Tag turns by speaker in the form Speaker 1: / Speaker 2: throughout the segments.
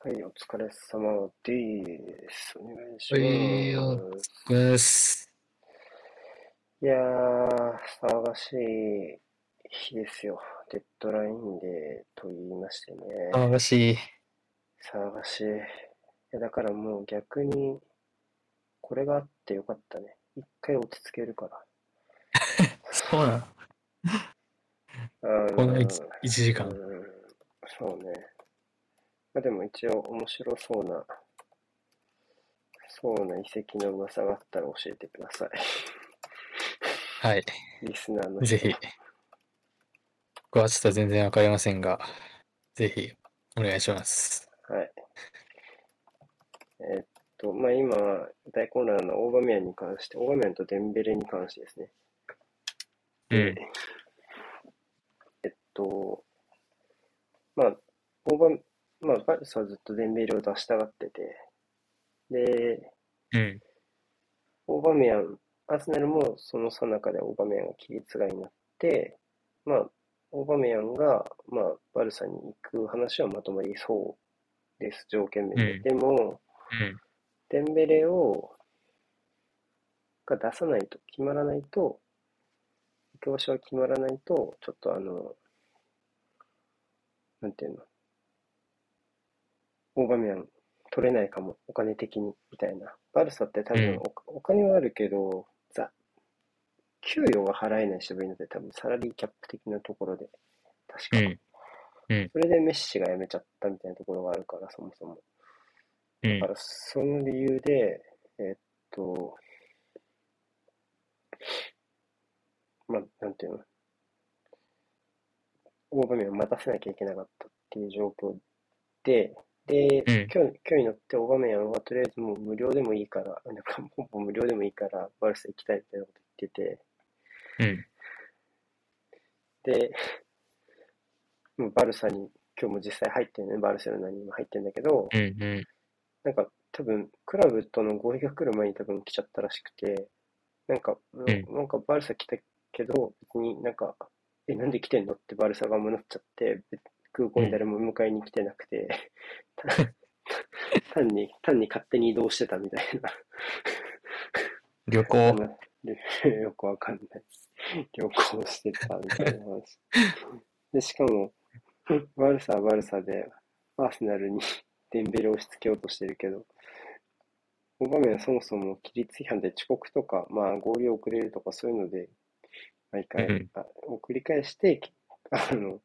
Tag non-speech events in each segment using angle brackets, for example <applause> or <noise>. Speaker 1: はい、お疲れ様です。お願いし
Speaker 2: は
Speaker 1: ま
Speaker 2: い、お疲
Speaker 1: す。
Speaker 2: れです。
Speaker 1: いやー、騒がしい日ですよ。デッドラインデーと言いましてね。
Speaker 2: 騒がしい。
Speaker 1: 騒がしい。いや、だからもう逆に、これがあってよかったね。一回落ち着けるから。
Speaker 2: そうなの。
Speaker 1: あ
Speaker 2: この
Speaker 1: の
Speaker 2: 1、一時
Speaker 1: ー、うー
Speaker 2: 間。
Speaker 1: ん、そうね。まあ、でも一応面白そうな、そうな遺跡の噂があったら教えてください。
Speaker 2: はい。
Speaker 1: リスナーの
Speaker 2: ぜ
Speaker 1: 人。
Speaker 2: ひ。僕はちょっと全然わかりませんが、ぜひ、お願いします。
Speaker 1: はい。えっと、まあ、今、大混乱のオーバメヤンに関して、オーバメヤンとデンベレに関してですね。
Speaker 2: う
Speaker 1: で、
Speaker 2: ん。
Speaker 1: えっと、まあ、オーバ、まあ、バルスはずっとデンベレを出したがってて、で、
Speaker 2: うん。
Speaker 1: オーバメヤン、アーセナルもその最中でオーバメヤンが規律外になって、まあ、オーバメヤンが、まあ、バルサに行く話はまとまりそうです、条件面
Speaker 2: う
Speaker 1: で。
Speaker 2: ん。
Speaker 1: でも、
Speaker 2: うん。
Speaker 1: デンベレを、が出さないと、決まらないと、行く場所が決まらないと、ちょっとあの、なんていうの、オーバメヤン取れないかも、お金的に、みたいな。バルサって多
Speaker 2: う
Speaker 1: 分
Speaker 2: ん。
Speaker 1: お、お金はあるけど、ざ給与が払えない人もいるので、多分サラリーキャップ的なところで、確
Speaker 2: う
Speaker 1: か。
Speaker 2: ん。うん。
Speaker 1: それでメッシが辞めちゃったみたいなところがあるから、そもそも。
Speaker 2: う
Speaker 1: だか
Speaker 2: ん。
Speaker 1: ら、その理由で、えーっと、まあ、なんていうの、大場面を待たせなきゃいけなかったっていう状況で、で、
Speaker 2: う
Speaker 1: 今
Speaker 2: ん。
Speaker 1: 日、今日になってオバメヤンはとりあえずもう無料でもいいから、なんかほぼ無料でもいいからバルサ行きたいみたいなこと言って
Speaker 2: うん。
Speaker 1: て、で、もうバルサに今日も実際入ってるね、バルセロナに今入ってるんだけど、
Speaker 2: うん。うん
Speaker 1: なんか多分クラブとの合意が来る前に多分来ちゃったらしくて、なんか、
Speaker 2: う
Speaker 1: なんなんかバルサ来たけど、別になんか、え、なんで来てんのってバルサ側もなっちゃって、別空港
Speaker 2: う
Speaker 1: に
Speaker 2: ん
Speaker 1: 誰も迎えに来てなくて、た単に、単に勝手に移動してたみたいな。
Speaker 2: 旅
Speaker 1: あ
Speaker 2: 行。
Speaker 1: の、りよくわかんない。旅行してたみたいな話。で、しかも、バルサはバルサで、アーセナルに <laughs> デンベレを押し付けようとしてるけど、この場面はそもそも規律違反で遅刻とか、まあ、合流遅れるとかそういうので、毎
Speaker 2: う
Speaker 1: 回、
Speaker 2: ん。
Speaker 1: あ、を繰り返して、 <laughs> きあの、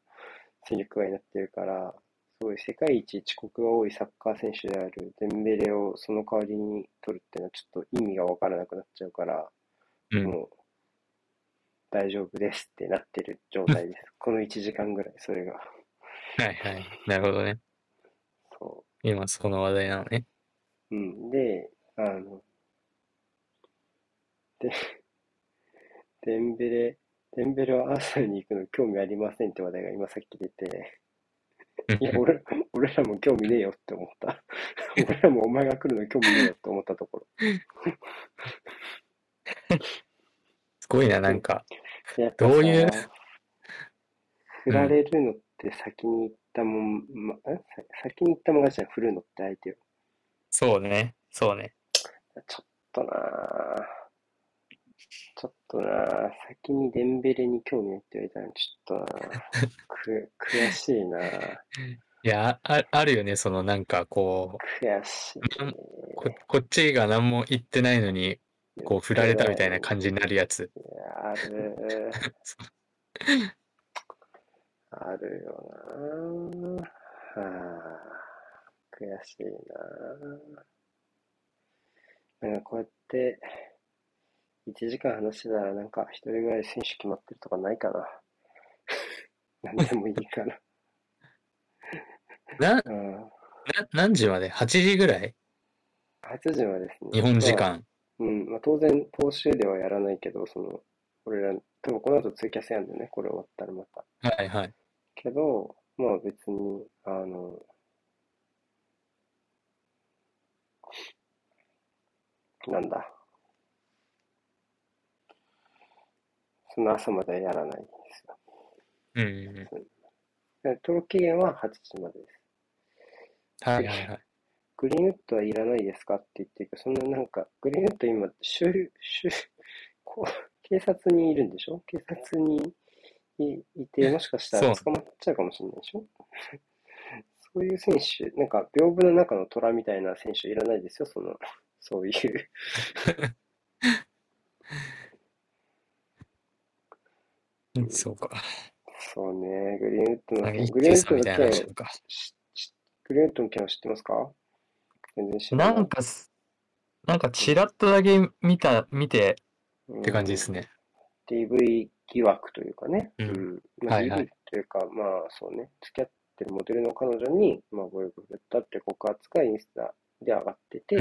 Speaker 1: 戦力外になってるから、すごい世界一遅刻が多いサッカー選手であるデンベレをその代わりに取るっていうのはちょっと意味がわからなくなっちゃうから、
Speaker 2: うん。
Speaker 1: もう大丈夫ですってなってる状態
Speaker 2: <laughs>
Speaker 1: です。この1時間ぐらい、それが。
Speaker 2: はいはい。なるほどね。
Speaker 1: そ
Speaker 2: 今、その話題なのね。
Speaker 1: う。うん。で、あの、で、 <laughs> デンベレ、デンベレはアーサーに行くの興味ありませんって話題が今さっき出て、
Speaker 2: う <laughs>
Speaker 1: いや、
Speaker 2: ん。
Speaker 1: 俺、俺らも興味ねえよって思った。
Speaker 2: <laughs>
Speaker 1: 俺らもお前が来るの興味ねえよって思ったところ。
Speaker 2: すごいな、
Speaker 1: う
Speaker 2: なん
Speaker 1: ん
Speaker 2: か。
Speaker 1: やっぱ
Speaker 2: どう
Speaker 1: さ、
Speaker 2: いう、
Speaker 1: 振
Speaker 2: う
Speaker 1: ら
Speaker 2: ん。
Speaker 1: れるのって先に行ったもん、ま、んさ先に行ったもん勝ちじゃん、振るのって相手を。
Speaker 2: そうね。そうね。
Speaker 1: ちょっとなぁ、ちょっとなぁ、先にデンベレに興味ないって言われたら、ちょっとなぁ、く、悔しいなぁ、
Speaker 2: いや、あ、あるよね、そのなんかこ
Speaker 1: 悔しい。
Speaker 2: う、なんこ、こっちが何も言ってないのに、
Speaker 1: 言っ
Speaker 2: こう、振ら
Speaker 1: て
Speaker 2: れた
Speaker 1: な
Speaker 2: み
Speaker 1: い
Speaker 2: たいな
Speaker 1: の
Speaker 2: 感じになるや
Speaker 1: に、
Speaker 2: つ。
Speaker 1: ある、あるよなぁ、はぁ、悔しいなぁ。なんかこうやって、1時間話してたら、なんか一人ぐらい選手決まってるとかないかな。 <laughs> なんでもいいかな。
Speaker 2: な、な、
Speaker 1: うん。
Speaker 2: 何時まで ?8 時ぐらい
Speaker 1: 8時はですね、
Speaker 2: 日本
Speaker 1: ま
Speaker 2: 時
Speaker 1: あ、
Speaker 2: 間。
Speaker 1: うん、まあ、当然、投手ではやらないけど、その、俺ら、多分この後ツイキャスやんだよね、これ終わったらまた。
Speaker 2: はいはい。
Speaker 1: けど、まあ別に、あの、なんだ、その朝まではやらないんですよ。
Speaker 2: うんうんうん。
Speaker 1: うんで登録期限は8時までです。
Speaker 2: はいはいはい。
Speaker 1: グリーンウッドはいらないですかって言ってるけど、そんななんか、グリーンウッド今、州、州、こう、警察にいるんでしょ警察にいいて、もしかしたら
Speaker 2: そう
Speaker 1: 捕まっちゃうかもしれないでしょ <laughs> そういう選手、なんか、屏風の中の虎みたいな選手いらないですよ、その、そういう。 <laughs>
Speaker 2: うんそうか。
Speaker 1: そうね、グリーンウッド
Speaker 2: なんか
Speaker 1: の、
Speaker 2: 一
Speaker 1: グリーン
Speaker 2: 休
Speaker 1: ウ
Speaker 2: さんみ
Speaker 1: ッド
Speaker 2: たい
Speaker 1: の
Speaker 2: な
Speaker 1: 件
Speaker 2: 人、か。
Speaker 1: ししグリーンウッドの件は知ってますか全然知ら
Speaker 2: な
Speaker 1: ない。
Speaker 2: んかす、なんかちらっとだけ見た、見て
Speaker 1: うん
Speaker 2: って感じですね。
Speaker 1: DV 疑惑というかね、
Speaker 2: うん
Speaker 1: まあ、
Speaker 2: はいはい
Speaker 1: DV というか、まあそうね、付き合ってるモデルの彼女に、まあ、暴力を振るったって告発がインスタで上がってて、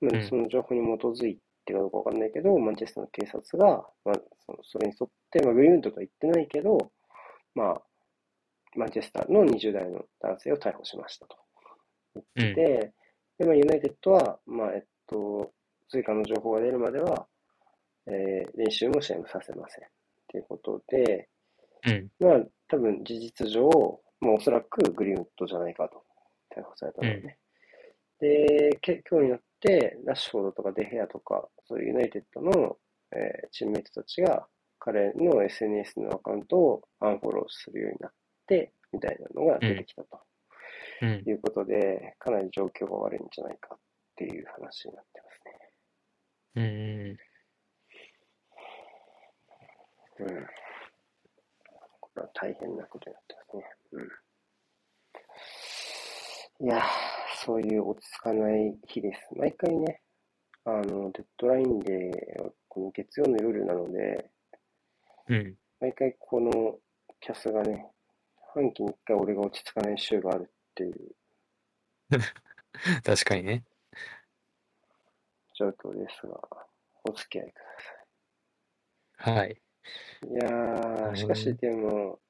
Speaker 1: まあ
Speaker 2: うん
Speaker 1: その情報に基づいてかどうかわかんないけど、マンチェスターの警察が、まあ、そのそれに沿って、まあ、グリーンウッドとは言ってないけど、まあ、マンチェスターの20代の男性を逮捕しましたと。
Speaker 2: うん。うん。
Speaker 1: で、でまあ、ユナイテッドは、まあえっと、追加の情報が出るまでは、えー練習も試合もさせません。ということで、
Speaker 2: うん。
Speaker 1: まあ、多分事実上、まあ、おそらくグリーンウッドじゃないかと、逮捕されたのはね。で、け今日になって、ラッシュフォードとかデヘアとか、そういうユナイテッドの、えーチームメイトたちが、彼の SNS のアカウントをアンフォローするようになって、みたいなのが出てきたと。
Speaker 2: うん
Speaker 1: と。いうことで、かなり状況が悪いんじゃないかっていう話になってま
Speaker 2: うんうん。
Speaker 1: すね。うん。これは大変なことになってますね。うん。いやー、そういう落ち着かない日です。毎回ね、あの、デッドラインで、この月曜の夜なので、
Speaker 2: うん。
Speaker 1: 毎回このキャスがね、半期に一回俺が落ち着かない週があるっていう
Speaker 2: 確かにね。
Speaker 1: 状況ですが、お付き合いください。
Speaker 2: はい。
Speaker 1: いやー、
Speaker 2: うん
Speaker 1: しかしでも、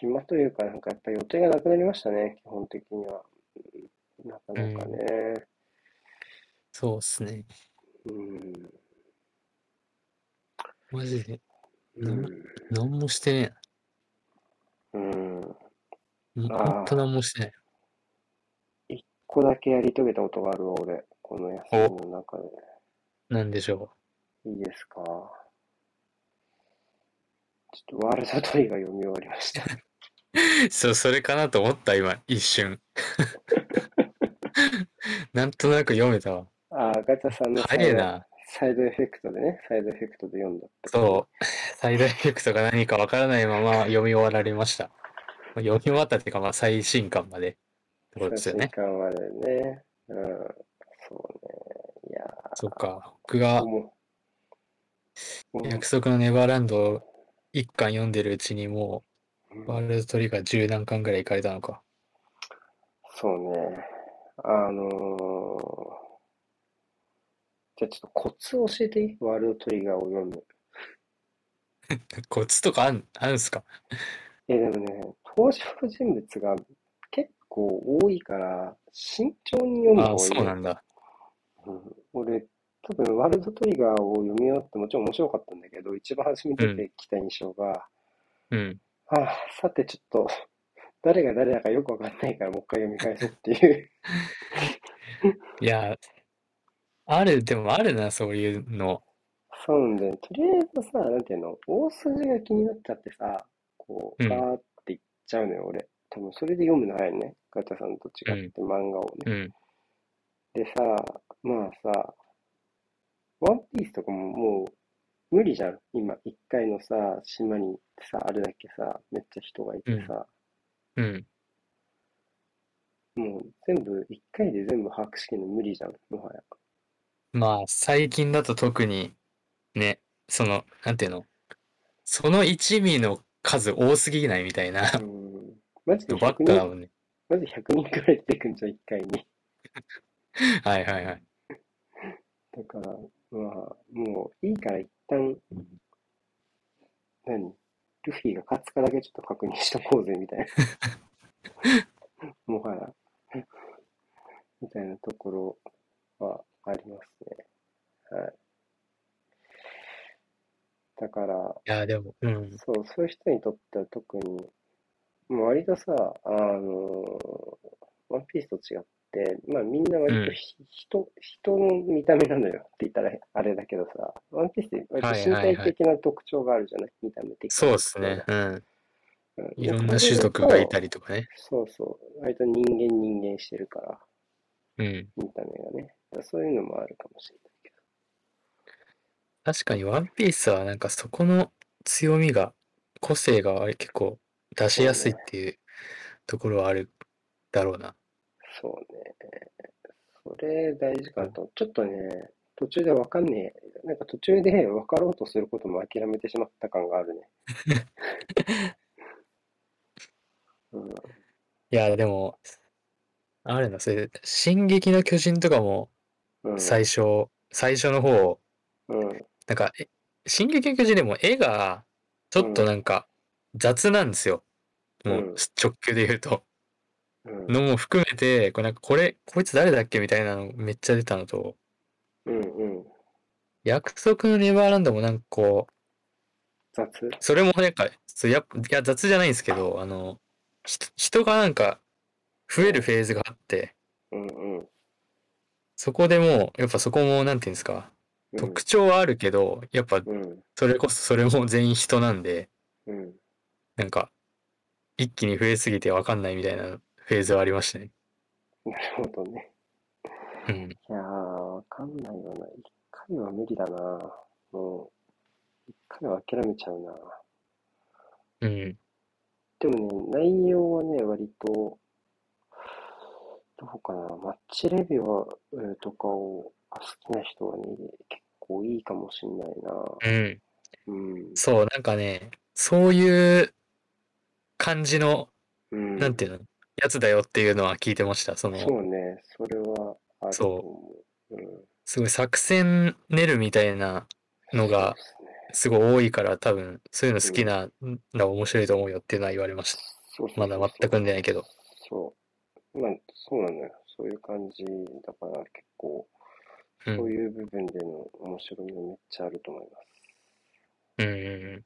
Speaker 1: 暇というか、なんかやっぱ予定がなくなりましたね、基本的には。なかなかね。
Speaker 2: そうっすね。
Speaker 1: うん。
Speaker 2: マジで。
Speaker 1: う
Speaker 2: うん何もしてね
Speaker 1: ん。うん。
Speaker 2: えな。
Speaker 1: あー
Speaker 2: ほんと何もしてない。
Speaker 1: ここだけやり遂げたことがあるわ、俺。この休みの中で。
Speaker 2: なんでしょ
Speaker 1: いいですか。ちょっとワールドトリガー読み終わりま
Speaker 2: <laughs>
Speaker 1: した。
Speaker 2: う。そう、それかなと思った、今、一 <laughs> 瞬。なんとなく読めたわ。
Speaker 1: あー、ガチャさんのサ
Speaker 2: 早
Speaker 1: イ
Speaker 2: い
Speaker 1: ド、
Speaker 2: な。
Speaker 1: サイドエフェクトでね、サイドエフェクトで読んだってこと
Speaker 2: そう。サイドエフェクトが何かわからないまま読み終わられました。まあ読み終わったっていうか、まあ、最新刊まで。ってことですよ
Speaker 1: 最新
Speaker 2: ね。
Speaker 1: 刊までね。うん。そうね。いや
Speaker 2: そっか。僕
Speaker 1: ー、
Speaker 2: が
Speaker 1: もう、もう
Speaker 2: 約束のネバーランドを一巻読んでるうちにも
Speaker 1: うん
Speaker 2: う、ワールドトリガー十何巻ぐらい行かれたのか。
Speaker 1: そうね。あのー、じゃあちょっとコツを教えていいワールドトリガーを読む。
Speaker 2: コツとかあん、あるんすか
Speaker 1: え、でもね、登場人物が結構多いから、慎重に読んだ
Speaker 2: あ
Speaker 1: 方
Speaker 2: あ、
Speaker 1: がいい
Speaker 2: そう
Speaker 1: よ
Speaker 2: なんだ。
Speaker 1: うん俺、多分ワールドトリガーを読み終わってもちろん面白かったんだけど、一番初めに出てきた印象が、
Speaker 2: うん。
Speaker 1: ああ、さてちょっと、誰が誰だかよくわかんないからもう一回読み返そうっていう。
Speaker 2: いや、ある、でもあるな、そういうの。
Speaker 1: そうなんだよね。とりあえずさ、なんていうの、大筋が気になっちゃってさ、こう、
Speaker 2: うん
Speaker 1: ガーっていっちゃうのよ、俺。多分それで読むの早いね。ガチャさんと違って漫画をね。
Speaker 2: うん。
Speaker 1: でさ、まあさ、ワンピースとかももう無理じゃん。今、一回のさ、島に行ってさ、あれだけさ、めっちゃ人がいてさ、
Speaker 2: うん。
Speaker 1: もう全部、一回で全部把握しきるの無理じゃん、もはや。
Speaker 2: まあ、最近だと特に、ね、その、なんていうの、その一味の数多すぎないみたいな、
Speaker 1: うんマジで
Speaker 2: バ
Speaker 1: 100
Speaker 2: ッターだ
Speaker 1: 人、
Speaker 2: もんね。
Speaker 1: マジで100人くらい出てくんじゃん、1回に。
Speaker 2: はいはいはい。
Speaker 1: だから、まあ、もういいから一旦、何ルフィが勝つかだけちょっと確認しとこうぜ、みたいな。もはや。みたいなところはありますね。はい。だから、
Speaker 2: いや、でも、うん。
Speaker 1: そう、そういう人にとっては特に、もう割とさ、あの、ワンピースと違って、まあみんな割とひ人、人の見た目なのよって言ったらあれだけどさ、ワンピースって割と身
Speaker 2: はいはい
Speaker 1: 体
Speaker 2: はい
Speaker 1: 的な特徴があるじゃない見た目的な
Speaker 2: そうですね。。うん。
Speaker 1: うん
Speaker 2: いろんな種族がいた
Speaker 1: り。
Speaker 2: りとかね。
Speaker 1: そうそう。割と人間人間してるから、
Speaker 2: うん。
Speaker 1: 見た目がね。だからそういうのもあるかもしれないけ
Speaker 2: 確かにワンピースはなんかそこの強みが、個性があれ結構出しやすいっていうところはあるだろうな。
Speaker 1: ど。そうね。それ大事かなと。ちょっとね、途中でわかんねえ。なんか途中で分かろうとすることも諦めてしまった感があ
Speaker 2: <laughs>
Speaker 1: るね。うん。
Speaker 2: いや、でも、あるな、それで、進撃の巨人とかも
Speaker 1: うん、
Speaker 2: 最初、最初の方、
Speaker 1: うん、
Speaker 2: なんか、え進撃の巨人でも絵がちょっとなんか雑なんですよ。も
Speaker 1: うん
Speaker 2: う直球で言うと。
Speaker 1: うん、
Speaker 2: のも含めて、これなんかこれ、こいつ誰だっけみたいなのめっちゃ出たのと、
Speaker 1: うん、うん、
Speaker 2: 約束のネバーランドもなんかこう、
Speaker 1: 雑
Speaker 2: それもなんか、そうやっぱいや雑じゃないんですけど、あの、ひ人がなんか増えるフェーズがあって、
Speaker 1: うん、うん、
Speaker 2: そこでもう、やっぱそこもなんていうんですか、
Speaker 1: うん
Speaker 2: 特、徴はあるけど、やっぱ
Speaker 1: うん、
Speaker 2: それこそそれも全員人なんで、
Speaker 1: うん。
Speaker 2: なんか、一気に増えすぎてわかんないみたいなフェーズはありましたね。
Speaker 1: なるほどね。
Speaker 2: うん。
Speaker 1: いやー、わかんないよな。一回は無理だな。もう、一回は諦めちゃうな。
Speaker 2: うん。
Speaker 1: でもね、内容はね、割と、どうかな、マッチレビューはえーとかをあ好きな人はね、結構いいかもしんないな。
Speaker 2: うん。
Speaker 1: うん、
Speaker 2: そう、なんかね、そういう感じの、
Speaker 1: うん、
Speaker 2: なんていうの、やつだよっていうのは聞いてました。その、
Speaker 1: そうね、それはあると
Speaker 2: そう
Speaker 1: 思う。うん、
Speaker 2: すごい作戦練るみたいなの
Speaker 1: そう
Speaker 2: が
Speaker 1: ですね。
Speaker 2: すごい多いから多分そういうの好きなら面白いと思うよっていうのは言われました。
Speaker 1: そうそう
Speaker 2: まだ全く
Speaker 1: ね。
Speaker 2: んでないけど。
Speaker 1: そう。まあ、そうなのよ。そういう感じだから結構、
Speaker 2: うん。
Speaker 1: そう
Speaker 2: うん
Speaker 1: いう部分での面白みがめっちゃあると思いま
Speaker 2: うんう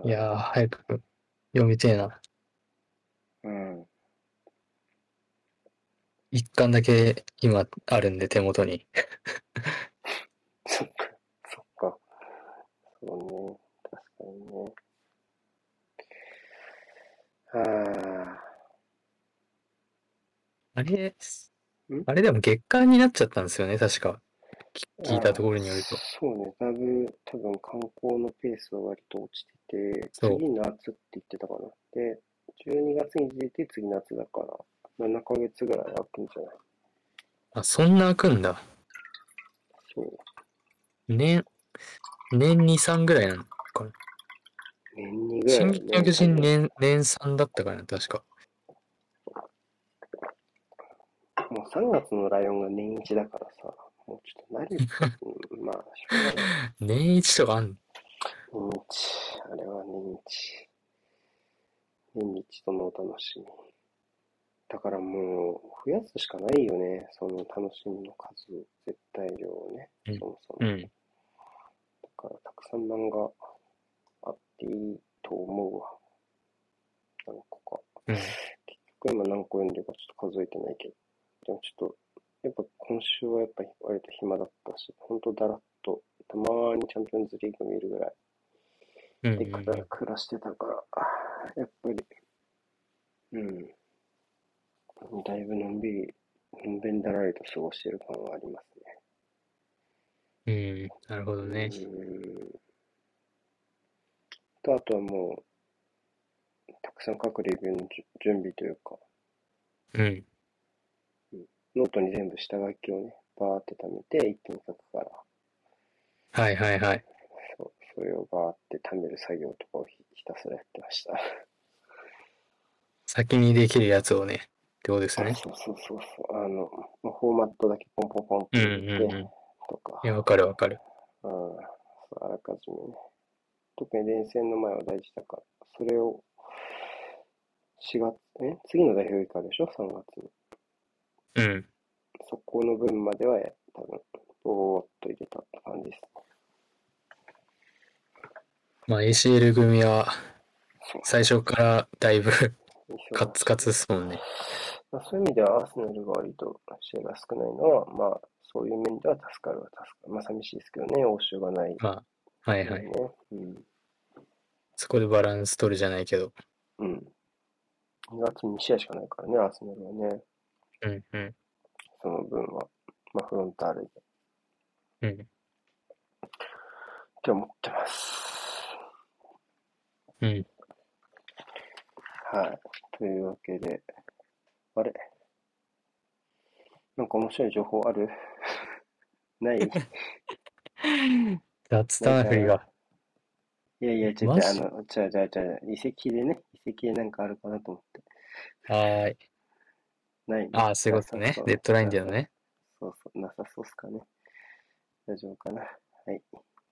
Speaker 1: す。
Speaker 2: ん。いやー、早く読みてえな。
Speaker 1: うん。
Speaker 2: 一巻だけ今あるんで手元に。
Speaker 1: そっか、そっか。そうね、確かにね。あ
Speaker 2: あれ、あれでも月刊になっちゃったんですよね、確か。き
Speaker 1: あ。
Speaker 2: 聞いたところによると
Speaker 1: あ。ーそうね、だいぶ多分観光のペースは割と落ちてて、
Speaker 2: そう
Speaker 1: 次の夏って言ってたかな。で、12月に出て次夏だから、7ヶ月ぐらい空くんじゃない
Speaker 2: あ、そんな開くんだ。
Speaker 1: そう。
Speaker 2: 年、年2、3ぐらいなのかな。
Speaker 1: 年2ぐらいだ
Speaker 2: 進
Speaker 1: ね。
Speaker 2: 撃の巨人年、年3だったかな、確か。
Speaker 1: もう3月のライオンが年1だからさ、もうちょっと慣れて、うん <laughs> まあ、しょうがない。
Speaker 2: 年1とかあんの
Speaker 1: 年一、あれは年一。年に一度のお楽しみ。だからもう、増やすしかないよね。その楽しみの数を、絶対量をね。
Speaker 2: うん
Speaker 1: そもそも。
Speaker 2: う
Speaker 1: だ
Speaker 2: ん。
Speaker 1: から、たくさん漫画あっていいと思うわ。何個か。
Speaker 2: うん。
Speaker 1: 結局今何個読んでるかちょっと数えてないけど。でもちょっと、やっぱ今週はやっぱり割と暇だったし、ほんとだらっと、たまーにチャンピオンズリーグ見るぐらい。
Speaker 2: うん
Speaker 1: で
Speaker 2: うん
Speaker 1: 暮ら
Speaker 2: うん
Speaker 1: 暮らしてたから、あーやっぱり、うん。だいぶのんびり、のんべんだらりと過ごしてる感はありますね。
Speaker 2: うん、なるほどね。
Speaker 1: うん。と、あとはもう、たくさん書くレビューのじゅ準備というか、
Speaker 2: うん。
Speaker 1: ノートに全部下書きをね、バーって溜めて、一気に書くから、
Speaker 2: はいはいはい。
Speaker 1: そうそれをバーって溜める作業とかをひひたすらやってました。
Speaker 2: 先にできるやつをね、ってことですね。
Speaker 1: <laughs> そうそうそうそう。あの、まあフォーマットだけポンポンポンって
Speaker 2: うん
Speaker 1: 入れ
Speaker 2: うん
Speaker 1: て
Speaker 2: うん。
Speaker 1: とか、
Speaker 2: いや、わかるわかる。
Speaker 1: うん、そうあらかじめね。特に連戦の前は大事だから、それを4月、え次の代表以下でしょ ?3 月に。
Speaker 2: うん。
Speaker 1: そこの分までは多分、ぼーっと入れたって感じです。
Speaker 2: まあ、ACL 組は、最初からだいぶ <laughs>
Speaker 1: そう
Speaker 2: カツカツですもんね。
Speaker 1: まあ、そういう意味では、アーセナルが割と試合が少ないのは、まあ、そういう面では助かるは助かる。まあ、寂しいですけどね、応酬がない、
Speaker 2: まあ、はいはい
Speaker 1: ね。。うん。
Speaker 2: そこでバランス取るじゃないけど。
Speaker 1: うん。2月に2試合しかないからね、アーセナルはね、
Speaker 2: うんうん。
Speaker 1: その分は。まあ、フロンターレで
Speaker 2: うん。
Speaker 1: 今日持ってます。
Speaker 2: うん。
Speaker 1: はい。というわけで、あれなんか面白い情報ある <laughs> ないい
Speaker 2: 雑タナフリが。
Speaker 1: やいや、ちょっ
Speaker 2: マ
Speaker 1: と、あ
Speaker 2: ジ
Speaker 1: の、ちゃちゃちゃ、遺跡でね、遺跡でなんかあるかなと思って。
Speaker 2: はーい。
Speaker 1: ないね
Speaker 2: ああ、そういうことね
Speaker 1: なさそ。う
Speaker 2: デッドラインだよね。
Speaker 1: そうそう、なさそうっすかね。大丈夫かな。はい、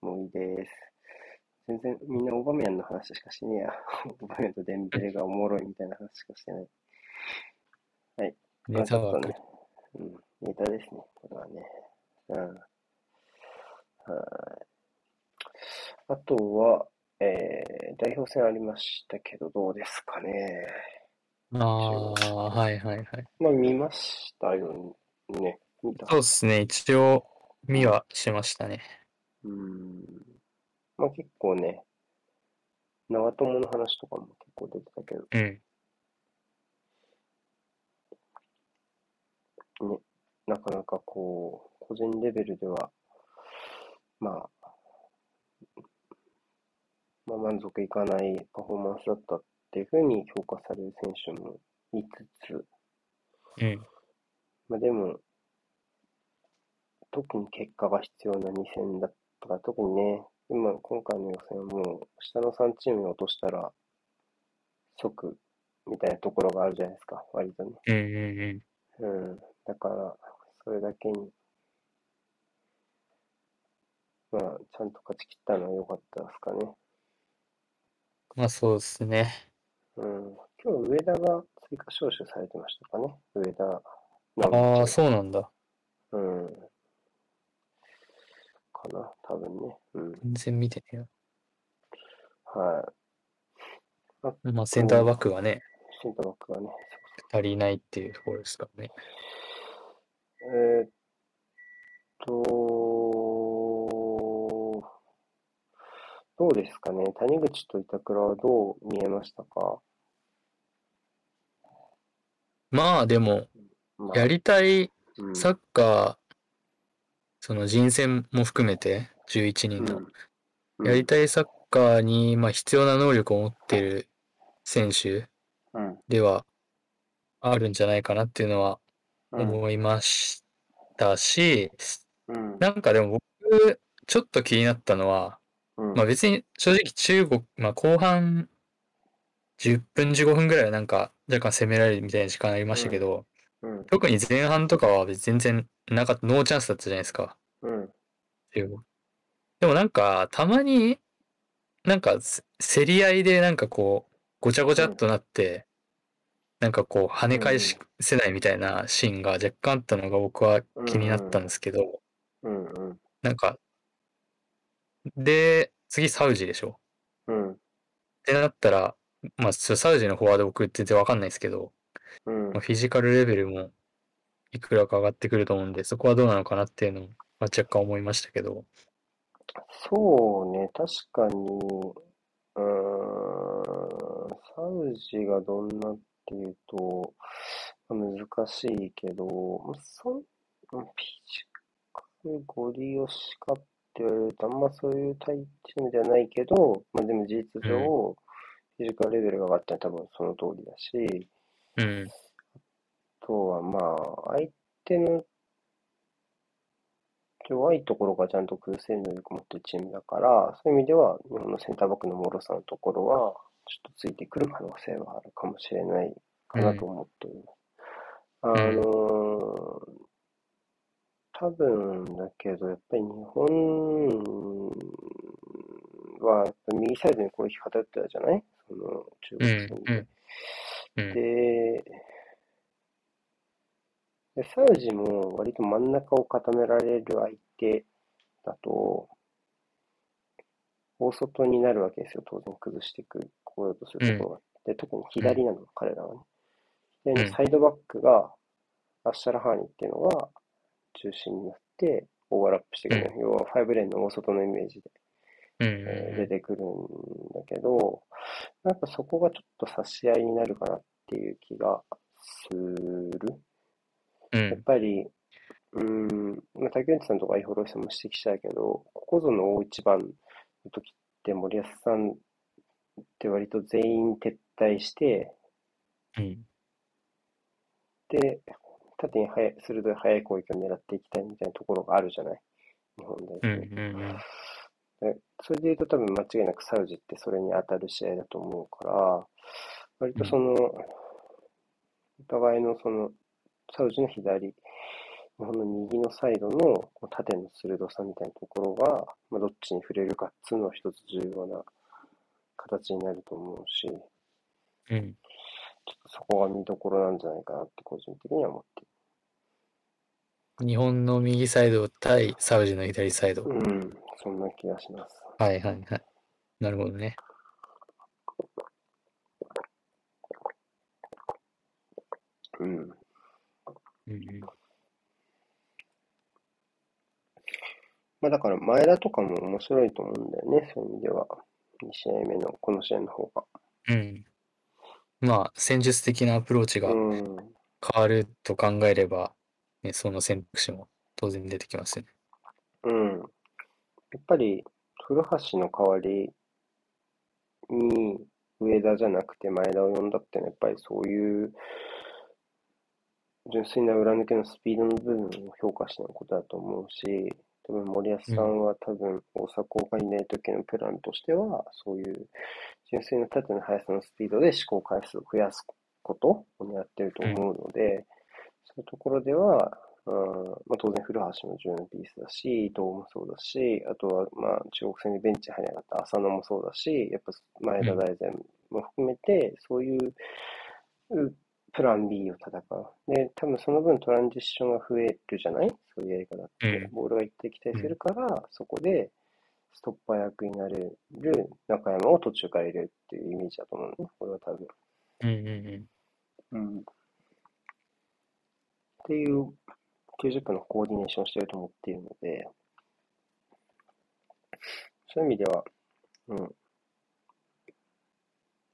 Speaker 1: もういいです。全然みんなオバメヤンの話しかしねえや。オバメヤンとデンベレがおもろいみたいな話しかしてない。
Speaker 2: ネタは
Speaker 1: まあちょっとね。うん、ネタですね、これはね。うん。はい。あとは、えー、代表戦ありましたけど、どうですかね。
Speaker 2: ああ、はいはいはい。
Speaker 1: まあ、見ましたよね。見た。
Speaker 2: そうですね。一応、見はしましたね。
Speaker 1: うーん。まあ結構ね、長友の話とかも結構出てたけど、
Speaker 2: うん。
Speaker 1: なかなかこう、個人レベルでは、まあ、まあ満足いかないパフォーマンスだったっていうふうに評価される選手もいつつ、
Speaker 2: うん。
Speaker 1: まあでも、特に結果が必要な2戦だったから、特にね、今、今回の予選はもう、下の3チームに落としたら、即、みたいなところがあるじゃないですか、割とね。
Speaker 2: うんうんうん。
Speaker 1: うん。だから、それだけに、まあ、ちゃんと勝ち切ったのは良かったですかね。
Speaker 2: まあそうですね。
Speaker 1: うん。今日、上田が追加招集されてましたかね、上田
Speaker 2: ああ、そうなんだ。
Speaker 1: うん。かな、多分ね。うん。
Speaker 2: 全然見てねえよ。
Speaker 1: はい。
Speaker 2: まあセンターバックがね、
Speaker 1: シントバックがね。
Speaker 2: 足りないっていうところですからね。
Speaker 1: えーっと、どうですかね。谷口と板倉はどう見えましたか
Speaker 2: まあでも、
Speaker 1: まあ、
Speaker 2: やりたい
Speaker 1: うん、
Speaker 2: サッカー、その人選も含めて、11人の。
Speaker 1: うん、
Speaker 2: やりたいサッカーに、まあ必要な能力を持ってる選手
Speaker 1: うん、
Speaker 2: ではあるんじゃないかなっていうのは
Speaker 1: うん、
Speaker 2: 思いましたし、
Speaker 1: うん、
Speaker 2: なんかでも僕、ちょっと気になったのは、
Speaker 1: うん、
Speaker 2: まあ別に正直中国、まあ後半10分15分ぐらいはなんか若干攻められるみたいな時間ありましたけど、
Speaker 1: うん、
Speaker 2: 特に前半とかは別に全然なかった、ノーチャンスだったじゃないですか。
Speaker 1: うん、
Speaker 2: 中国でもなんかたまになんかせ競り合いでなんかこうごちゃごちゃっとなって、なんかこう跳ね返しせないみたいなシーンが若干あったのが僕は気になったんですけど、
Speaker 1: うん、うん、
Speaker 2: なんか、で、次サウジでしょ。
Speaker 1: うん、
Speaker 2: ってなったら、まあ、ちょサウジのフォワード僕全然わかんないですけど、
Speaker 1: うん
Speaker 2: まあ、フィジカルレベルもいくらか上がってくると思うんで、そこはどうなのかなっていうのを、まあ、若干思いましたけど。
Speaker 1: そうね、確かに、うーん、サウジがどんなっていうと、まあ難しいけど、まあそん、フィジカルゴリ押しかって言われると、あんまそういうタイチームではないけど、まあでも事実上、フィジカルレベルが上がったら多分その通りだし、
Speaker 2: うん。
Speaker 1: あとはまあ、相手の弱いところがちゃんと空制能力を持ってるチームだから、そういう意味では日本のセンターバックの脆さのところは、ちょっとついてくる可能性はあるかもしれないかなと思っています。あ
Speaker 2: うん
Speaker 1: のー多分だけど、やっぱり日本は、やっぱ右サイドに攻撃偏ってたじゃないその中
Speaker 2: うん。
Speaker 1: 国
Speaker 2: う
Speaker 1: 戦で。
Speaker 2: ん。うん。
Speaker 1: で、でサウジも割と真ん中を固められる相手だと、大外になるわけですよ、当然崩していくこようとするところがあって、特に左なの、彼らはね。左のサイドバックが、アッシャラハーニっていうのが中心になって、オーバーラップしてくる。要はファイブレーンの大外のイメージで
Speaker 2: うん
Speaker 1: えー
Speaker 2: う
Speaker 1: 出
Speaker 2: ん。
Speaker 1: てくるんだけど、なんかそこがちょっと差し合いになるかなっていう気がする。
Speaker 2: う
Speaker 1: やっ
Speaker 2: ん。
Speaker 1: ぱり、うーん、まあ、竹内さんとかイホロイさんも指摘したけど、ここぞの大一番の時って森保さんって割と全員撤退して、
Speaker 2: うん。
Speaker 1: で、縦に速い鋭い速い攻撃を狙っていきたいみたいなところがあるじゃない日本代
Speaker 2: う
Speaker 1: 表。
Speaker 2: ん。うん。
Speaker 1: でそれで言うと多分間違いなくサウジってそれに当たる試合だと思うから、割とその、お互いのその、サウジの左、日本の右のサイドのこう縦の鋭さみたいなところが、まあ、どっちに触れるかっていうのは一つ重要な形になると思うし、ちょっ
Speaker 2: うん。
Speaker 1: とそこが見どころなんじゃないかなって個人的には思って
Speaker 2: 日本の右サイド対サウジの左サイド。
Speaker 1: る。うん、そんな気がします。
Speaker 2: はいはいはい。なるほどね。
Speaker 1: うん。
Speaker 2: うんうん。
Speaker 1: まあだから前田とかも面白いと思うんだよね、そういう意味では。2試合目の、この試合の方が。
Speaker 2: うん。まあ、戦術的なアプローチが
Speaker 1: うん。
Speaker 2: 変わると考えれば、ね、その選択肢も当然出てきますよね。
Speaker 1: うん。やっぱり、古橋の代わりに、上田じゃなくて前田を呼んだってのは、やっぱりそういう、純粋な裏抜けのスピードの部分を評価してのことだと思うし、多分森保さんは多分大阪がいない時のプランとしては、そういう純粋な縦の速さのスピードで試行回数を増やすことを狙ってると思うので、そういうところでは、うんまあ、当然、古橋も重要なピースだし、伊藤もそうだし、あとはまあ中国戦でベンチに入らなかった浅野もそうだし、やっぱ前田大然も含めて、そういううプラン B を戦う。で、多分その分トランジッションが増えるじゃないそういうやり方って
Speaker 2: う。ん
Speaker 1: ボールが一定期待するから、そこでストッパー役になれる中山を途中から入れるっていうイメージだと思うね。これは多分。
Speaker 2: うんうん
Speaker 1: っていう90分のコーディネーションをしてると思っているので、そういう意味では、うん、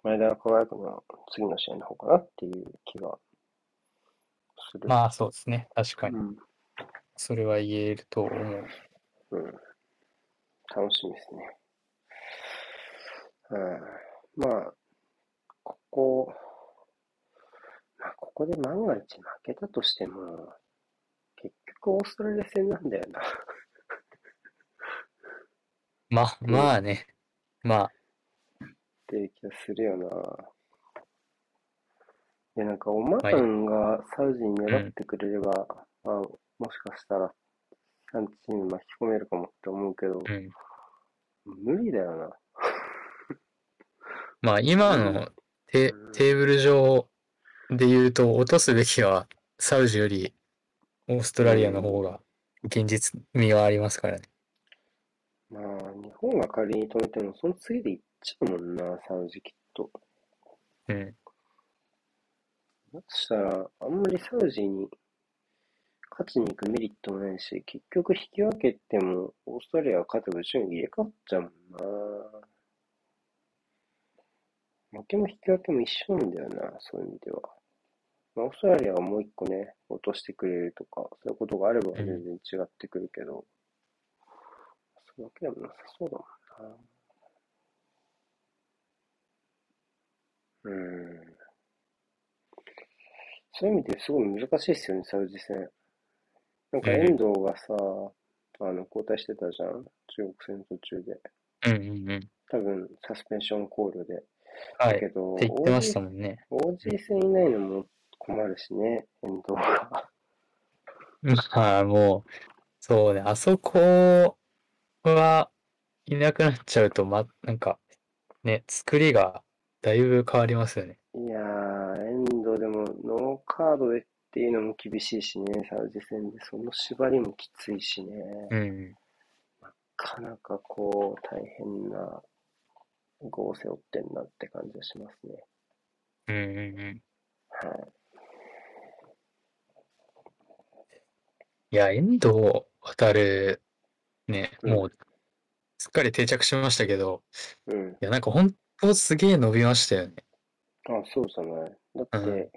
Speaker 1: 前田が輝くのは次の試合の方かなっていう気がす
Speaker 2: う
Speaker 1: る。
Speaker 2: ん。まあ、そうですね。確か
Speaker 1: う
Speaker 2: に。
Speaker 1: ん、
Speaker 2: それは言えると思う。
Speaker 1: うん、楽しみですね。うん、まあ、ここ、まあ、ここで万が一負けたとしても、結局オーストラリア戦なんだよな。
Speaker 2: まあ、
Speaker 1: うん
Speaker 2: まあね。まあ、
Speaker 1: っていう気がするよな。で、なんか、オマーンがサウジに粘ってくれれば、まあ、もしかしたら、3チーム巻き込めるかもって思うけど、
Speaker 2: うん。
Speaker 1: 無理だよな。
Speaker 2: まあ、今のテ
Speaker 1: うん
Speaker 2: テーブル上で言うと、落とすべきはサウジよりオーストラリアの方が現実味はありますからね。
Speaker 1: まあ、日本が仮に止めても、その次で行っちゃうもんな、サウジきっと。
Speaker 2: うん。
Speaker 1: だとしたら、あんまりサウジに勝ちに行くメリットもないし、結局引き分けても、オーストラリアが勝てば順位入れ替わっちゃうもんな。負けも引き分けも一緒なんだよな、そういう意味では。まあオーストラリアがもう一個ね、落としてくれるとか、そういうことがあれば全然違ってくるけど、そういうわけでもなさそうだもんな。うーん。そういう意味ですごい難しいですよね、サウジ戦。なんか
Speaker 2: うん
Speaker 1: 遠藤がさ、あの交代してたじゃん、中国戦途中で。
Speaker 2: うんうんうん。
Speaker 1: 多分サスペンションコールで。
Speaker 2: は
Speaker 1: だ
Speaker 2: い。っ
Speaker 1: けど、
Speaker 2: て言ってましたもんね。
Speaker 1: OG 戦いないのも困るしね、遠藤が。
Speaker 2: まあ、もう、そうね。あそこはいなくなっちゃうと、ま、なんか、ね、作りがだいぶ変わりますよね。
Speaker 1: <laughs> いやー、遠藤でもノーカードでっていうのも厳しいしね、サウジ戦で、その縛りもきついしね。
Speaker 2: うん。
Speaker 1: なかなかこう、大変な5を背負ってんなって感じがしますね。
Speaker 2: うんうんうん。
Speaker 1: はい。
Speaker 2: いや、遠藤渡る、ね、
Speaker 1: うん
Speaker 2: もう、すっかり定着しましたけど、
Speaker 1: うん。
Speaker 2: いや、なんか本当すげえ伸びましたよね。
Speaker 1: あ、そうじゃない。だって、
Speaker 2: うん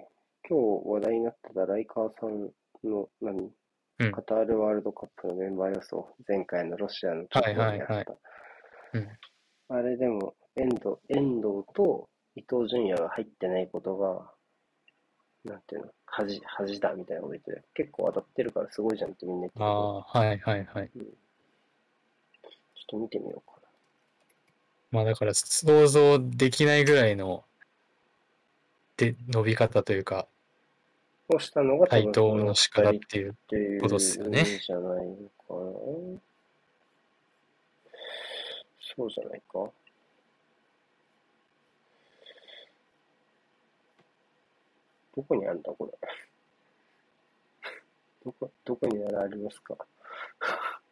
Speaker 1: 今日話題になってたライカーさんの何、
Speaker 2: うん
Speaker 1: カタールワールドカップのメンバー予想、前回のロシアの直後に
Speaker 2: はいはい
Speaker 1: やった。
Speaker 2: はいうん
Speaker 1: あれでも、遠藤、遠藤と伊東純也が入ってないことが、なんていうの、恥、恥だみたいなこと言ってて、結構当たってるからすごいじゃんってみんな言ってたけど、
Speaker 2: ああ、はいはいはい。
Speaker 1: ちょっと見てみようか
Speaker 2: まあだから想像できないぐらいの、で、伸び方というか、
Speaker 1: な。こうしたのが多
Speaker 2: 対
Speaker 1: 分
Speaker 2: 等の仕方
Speaker 1: そ
Speaker 2: っ
Speaker 1: の二人
Speaker 2: ていう。
Speaker 1: っていう
Speaker 2: ことっすよね
Speaker 1: じゃないのかな。そうじゃないか。どこにあるんだ、これ。 <laughs> どこ、どこにならありますか。 <laughs>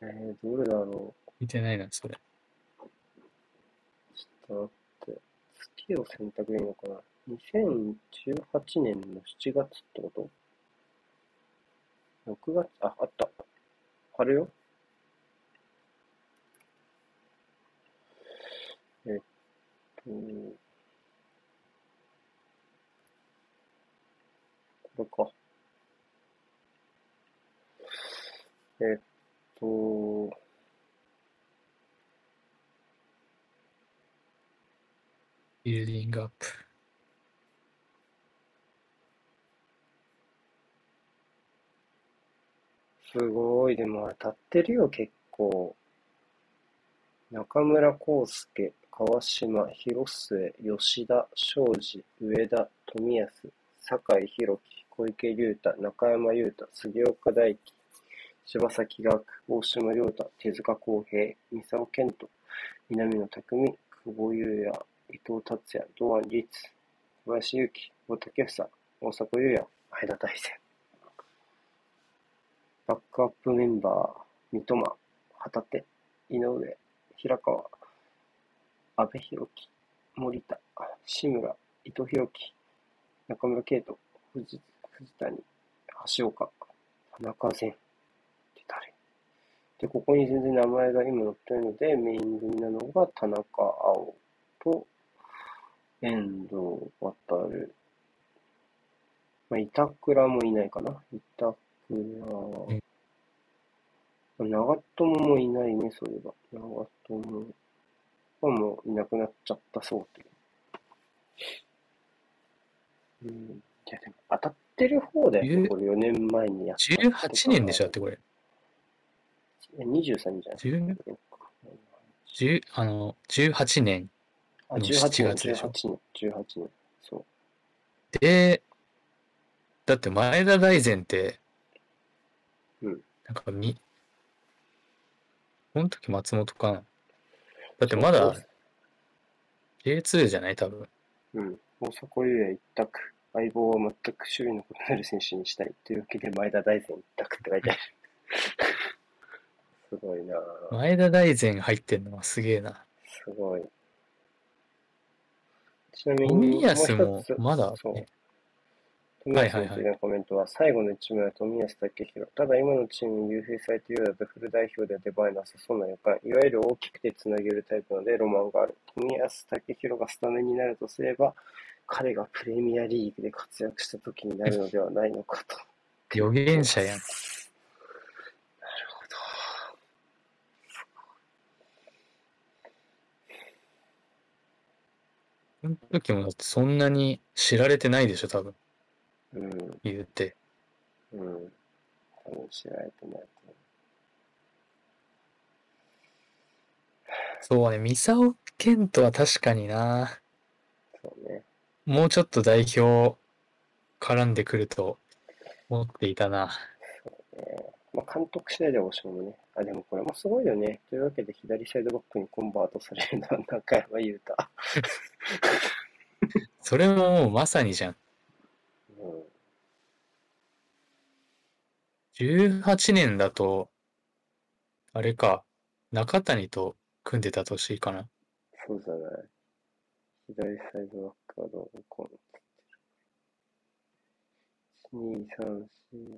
Speaker 1: えー、どれだろ
Speaker 2: 見てないな、それ。
Speaker 1: う。ちょっと待って。月を選択でいいのかな。2018年の7月ってこと ?6 月あ、あった。あれよ。えっと、これか。えっと、
Speaker 2: ビルディングアップ。
Speaker 1: すごい、でも当たってるよ、結構。中村康介、川島、広末、吉田、庄司、上田、富安、酒井宏樹、小池龍太、中山優太、杉岡大樹、柴崎岳、大島亮太、手塚康平、三沢健人、南野拓実、久保優也、伊藤達也、堂安律、小林祐希、大竹房、大迫優也、前田大然。バックアップメンバー、三笘、旗手、井上、平川、阿部弘樹、森田、志村、伊藤弘樹、中村敬斗、藤藤谷、橋岡、田中善、って誰で、ここに全然名前が今載ってないので、メイン組なのが田中碧と遠藤航。まあ、板倉もいないかな。板倉は
Speaker 2: うん。
Speaker 1: 長友もいないね、そういえば。長友はもういなくなっちゃったそうという。うん。いや、でも当たってる方だよ
Speaker 2: え
Speaker 1: ね、これ4年前にやったってことは。
Speaker 2: 18年でしょだってこれ。
Speaker 1: え ?23 じゃない
Speaker 2: 10、10あの、18年
Speaker 1: あ、
Speaker 2: でも
Speaker 1: 18
Speaker 2: 7
Speaker 1: 年、
Speaker 2: 月でしょ
Speaker 1: 18年、18年。そう。
Speaker 2: で、だって前田大然って、
Speaker 1: うん
Speaker 2: なんかみ、この時松本かな。だってまだ
Speaker 1: そう
Speaker 2: J2 じゃない多分。
Speaker 1: うん。大迫優也一択。相棒は全く守備の異なる選手にしたい。というわけで、前田大然一択って書い
Speaker 2: <laughs>
Speaker 1: てある。すごいなぁ。
Speaker 2: 前田大然入ってんのはすげえな。
Speaker 1: すごい。ちなみに、
Speaker 2: 冨安も
Speaker 1: う一つ
Speaker 2: まだ、
Speaker 1: そう
Speaker 2: ね。
Speaker 1: 富安についてのコメントは、最後の一枚は富安武弘。ただ今のチームに優秀されているようだとフル代表では出番なさそうな予感。いわゆる大きくてつなげるタイプなのでロマンがある。富安武弘がスタメンになるとすれば、彼がプレミアリーグで活躍した時になるのではないのかと。
Speaker 2: 予言者やん。この時もだってそんなに知られてないでしょ多分。
Speaker 1: うん。
Speaker 2: 言うて。
Speaker 1: うん。多分知られてないと
Speaker 2: そうね、三沢健斗は確かにな。
Speaker 1: 思う。そうね。
Speaker 2: もうちょっと代表絡んでくると思っていたな。
Speaker 1: まあ、監督次第では大島もね。あ、でもこれもすごいよね。というわけで、左サイドバックにコンバートされるのは中山優太。
Speaker 2: それももうまさにじゃん。
Speaker 1: うん。
Speaker 2: 18年だと、あれか、中谷と組んでた年かな。
Speaker 1: そうじゃない。左サイドバックはどうこうなってる。1、2、3、4。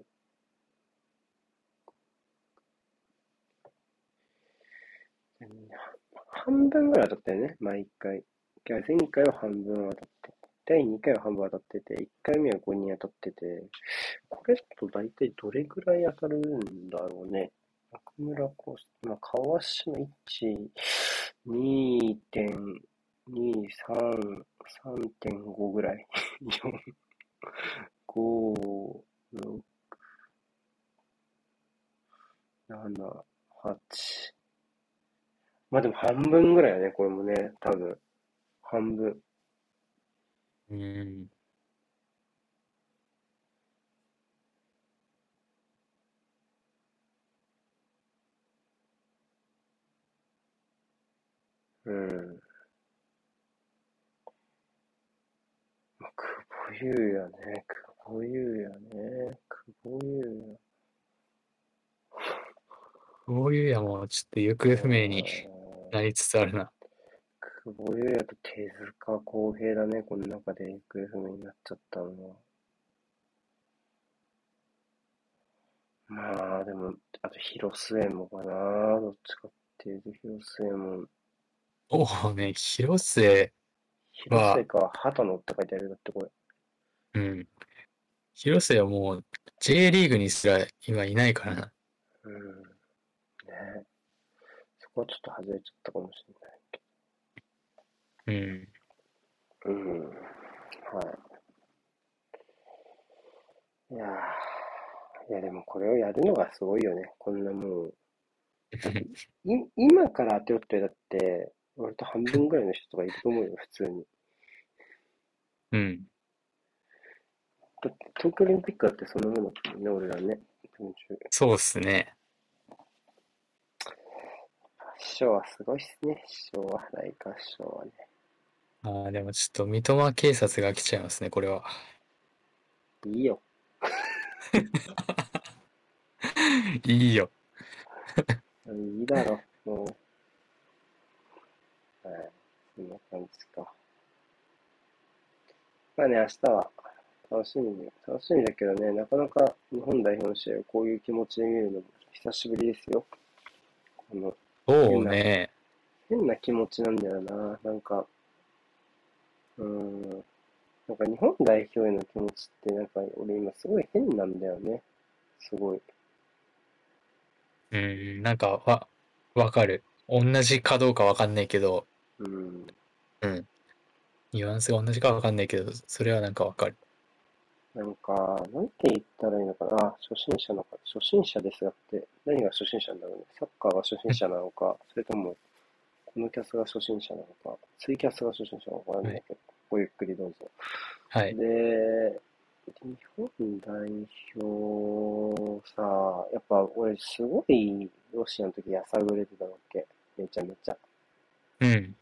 Speaker 1: 半分ぐらい当たったよね、毎回。いや前回は半分当たって、第2回は半分当たってて、1回目は5人当たってて、これだと大体どれぐらい当たるんだろうね。中村コース、まあ、川島1、2.2、3、3.5ぐらい。4、5、6、7、8、まあでも半分ぐらいだね、これもね、多分。半分。
Speaker 2: うん。
Speaker 1: うん。まあ、久保優也ね、久保優也ね、久保優
Speaker 2: こういうやもちょっと行方
Speaker 1: 也。
Speaker 2: 不明になりつつあるな。
Speaker 1: 久保優也と手塚康平だね、この中で行方不明になっちゃったのは。まあ、でも、あと広末もかな、どっちかっていうと広末も。
Speaker 2: おおね、広末、
Speaker 1: 広末か、旗野って書いてあるだってこれ。
Speaker 2: うん。広末はもう J リーグにすら今いないからな。
Speaker 1: うん。ねそこはちょっと外れちゃったかもしれないけ
Speaker 2: うん。
Speaker 1: ど。うん。はい。いやーいやでもこれをやるのがすごいよね。こんなもう。い今から当てようってだって、割と半分ぐらいの人とかいると思うよ、普通に。
Speaker 2: うん。
Speaker 1: だって東京オリンピックだってそのものだったもんね、俺らね。文中。
Speaker 2: そうっすね。
Speaker 1: 師匠はすごいっすね、師匠は。ライカ師匠はね。
Speaker 2: あーでもちょっと三笘警察が来ちゃいますね、これは。
Speaker 1: いいよ。
Speaker 2: い <laughs> いよ。
Speaker 1: いいだろ、もう。はい、そんな感じか。まあね、明日は楽しみに、楽しみだけどね、なかなか日本代表の試合をこういう気持ちで見るのも久しぶりですよ。あの、
Speaker 2: そうね。
Speaker 1: 変な気持ちなんだよな、なんか。うーん。なんか日本代表への気持ちって、なんか俺今すごい変なんだよね。すごい。
Speaker 2: うん、なんかわ、わかる。同じかどうかわかんないけど、
Speaker 1: うん。
Speaker 2: うん。ニュアンスが同じかわかんないけど、それはなんかわかる。
Speaker 1: なんか、なんて言ったらいいのかな。あ初心者のか、初心者ですがって、何が初心者なんだろうね。サッカーが初心者なのか、それとも、このキャスが初心者なのか、ツイキャスが初心者なのかわかんないけど、ごゆっくりどうぞ。
Speaker 2: はい。
Speaker 1: で、日本代表さ、やっぱ俺すごいロシアの時やさぐれてたわけ。めちゃめちゃ。
Speaker 2: うん。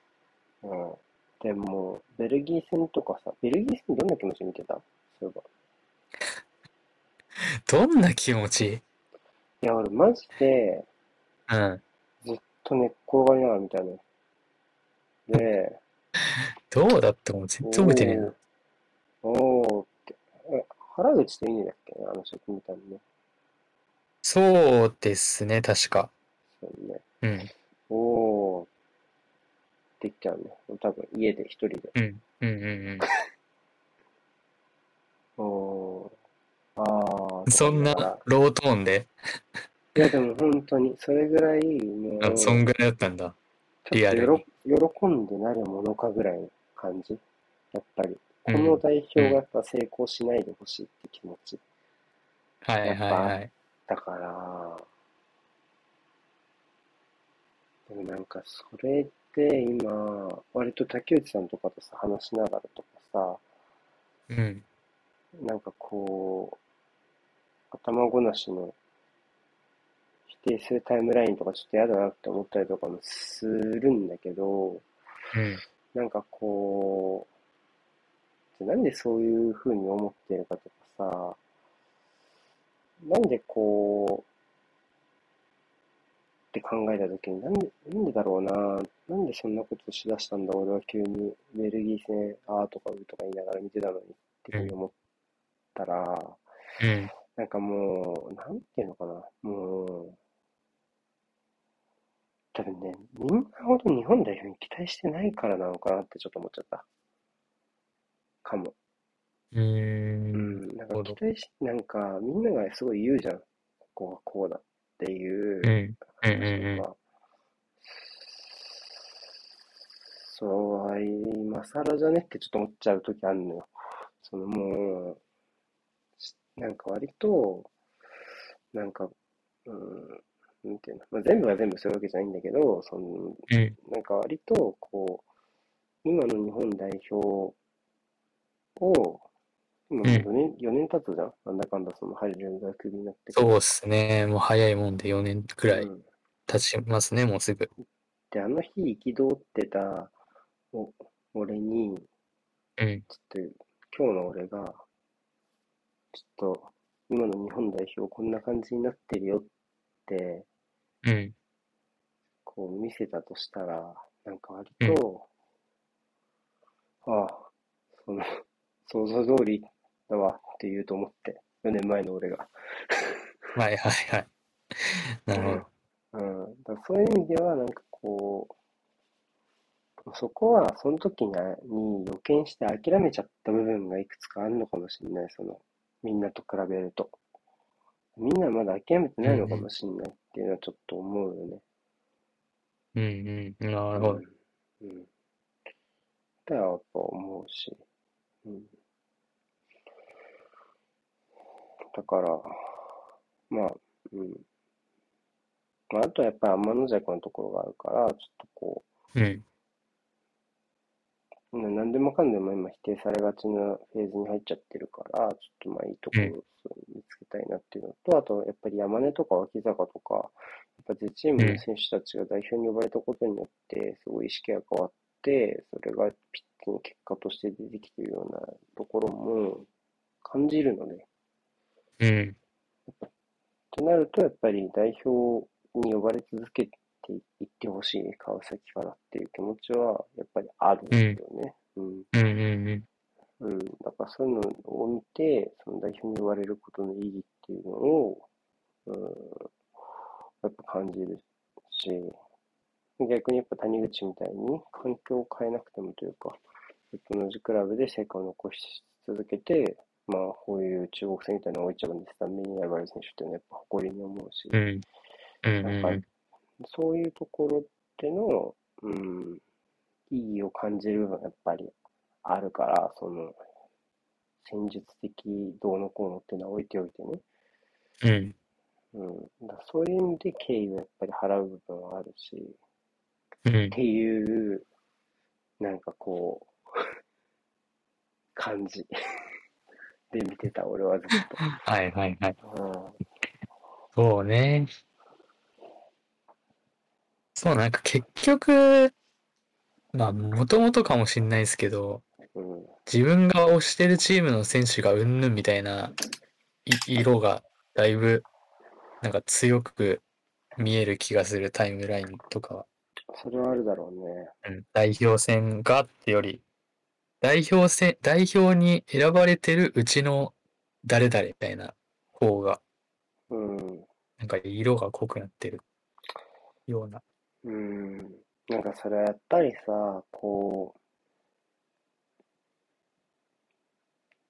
Speaker 1: うん。でも、ベルギー戦とかさ、ベルギー戦どんな気持ちで見てたそういえば。
Speaker 2: どんな気持ち
Speaker 1: いや、俺マジで、
Speaker 2: うん。
Speaker 1: ずっと寝っ転がりながら見たね。で、
Speaker 2: どうだってもう全然覚えてねえな。
Speaker 1: おーおーって。え、原口っていいんだっけあの人みたいにね。
Speaker 2: そうですね、確か。
Speaker 1: そうね。
Speaker 2: うん。
Speaker 1: おーって言っちゃうね。多分家で一人で。
Speaker 2: うん。うんうん
Speaker 1: おー。あー
Speaker 2: うん。そんな
Speaker 1: と思いがら
Speaker 2: ロートーンで、
Speaker 1: いやでも本当に、それぐらい、もう、
Speaker 2: あ、そんぐらいだったんだ。リアル
Speaker 1: ちょっ
Speaker 2: に
Speaker 1: と喜喜んでなるものかぐらいの感じ。やっぱり。こ
Speaker 2: うん
Speaker 1: の代表がやっぱ成功しないでほしいって気持ち。
Speaker 2: はいはいはい。
Speaker 1: だから、でもなんかそれで今、割と竹内さんとかとさ、話しながらとか
Speaker 2: うん。
Speaker 1: さ、なんかこう、頭ごなしの否定するタイムラインとかちょっと嫌だなって思ったりとかもするんだけど、
Speaker 2: うん。
Speaker 1: なんかこう、なんでそういうふうに思ってるかとかさ、なんでこう、って考えたときに、なんで、なんでだろうな、なんでそんなことしだしたんだ、俺は急にベルギー戦、あーとかうとか言いながら見てたのにっていうふうに思ったら、
Speaker 2: うん。
Speaker 1: なんかもう、なんていうのかな、もう、多分ね、みんなほど日本代表に期待してないからなのかなってちょっと思っちゃった。かも。
Speaker 2: うー。
Speaker 1: うんん、なん
Speaker 2: な
Speaker 1: か
Speaker 2: るほど
Speaker 1: 期待し、なんかみんながすごい言うじゃん。ここはこうだっていう
Speaker 2: うん。うんう
Speaker 1: 話
Speaker 2: んうん
Speaker 1: とか。そうは今更じゃねってちょっと思っちゃう時あるのよ。そのもう、しなんか割と、なんか、うん、なんていうの、まあ、全部が全部そういうわけじゃないんだけど、その、
Speaker 2: うん。
Speaker 1: なんか割と、こう、今の日本代表を、今もう4年、4年経つじゃん。なんだかんだそのハリルがクビになって
Speaker 2: そうですね。もう早いもんで4年く
Speaker 1: く
Speaker 2: らい経ちますね、もうすぐ。
Speaker 1: で、あの日憤ってたお俺に、
Speaker 2: うん。
Speaker 1: ちょっと今日の俺が、ちょっと今の日本代表こんな感じになってるよって、
Speaker 2: うん。
Speaker 1: こう見せたとしたら、なんか割と、ああ、その、想像通りだわって言うと思って、4年前の俺が。
Speaker 2: はいはいはい。なるほ
Speaker 1: う
Speaker 2: ど。
Speaker 1: ん、だからそういう意味では、なんかこう、そこは、その時にに予見して諦めちゃった部分がいくつかあるのかもしれない、その、みんなと比べると。みんなまだ諦めてないのかもしれないっていうのはちょっと思うよね。
Speaker 2: うんうん。なるほど。
Speaker 1: うん。うん。だからやっぱ思うし。うん。だから、まあ、うん。まあ、あとはやっぱり天の弱のところがあるから、ちょっとこ
Speaker 2: うん。
Speaker 1: う、な何でもかんでも今否定されがちなフェーズに入っちゃってるから、ちょっとまあいいところを見つけたいなっていうのと、あとやっぱり山根とか脇坂とか、やっぱ全チームの選手たちが代表に呼ばれたことによって、すごい意識が変わって、それがピッチの結果として出てきてるようなところも感じるので、
Speaker 2: うん。
Speaker 1: となると、やっぱり代表に呼ばれ続けていってほしい、川崎からっていう気持ちは、やっぱりあるんですよね。うん。
Speaker 2: うんうんうん。
Speaker 1: うん。だからそういうのを見て、その代表に呼ばれることの意義っていうのを、うん、やっぱ感じるし、逆にやっぱ谷口みたいに環境を変えなくてもというか、ずっと同じクラブで成果を残し続けて、まあ、こういう中国戦みたいなのを一番でスタメンに選ばれる選手っていうのはやっぱ誇りに思うし、
Speaker 2: うん。うんうんうん。
Speaker 1: そういうところでの、うん、意義を感じる部分がやっぱりあるから、その、戦術的どうのこうのっていうのは置いておいてね。
Speaker 2: う
Speaker 1: う
Speaker 2: ん。
Speaker 1: ん、だからそういう意味で敬意をやっぱり払う部分はあるし、
Speaker 2: うん
Speaker 1: っていう、なんかこう、 <laughs> 感じで見てた、俺はずっ
Speaker 2: はいはいはい。
Speaker 1: と。うん
Speaker 2: そうね。そう、なんか結局、まあ、もともとかもしんないですけど、
Speaker 1: うん
Speaker 2: 自分が推してるチームの選手がうんぬんみたいない色がだいぶなんか強く見える気がするタイムラインとかは、
Speaker 1: それはあるだろうね。
Speaker 2: うん、代表戦がってより代表戦代表に選ばれてるうちの誰々みたいな方が
Speaker 1: うん。
Speaker 2: なんか色が濃くなってるような
Speaker 1: うん。なんかそれはやっぱりさ、こう、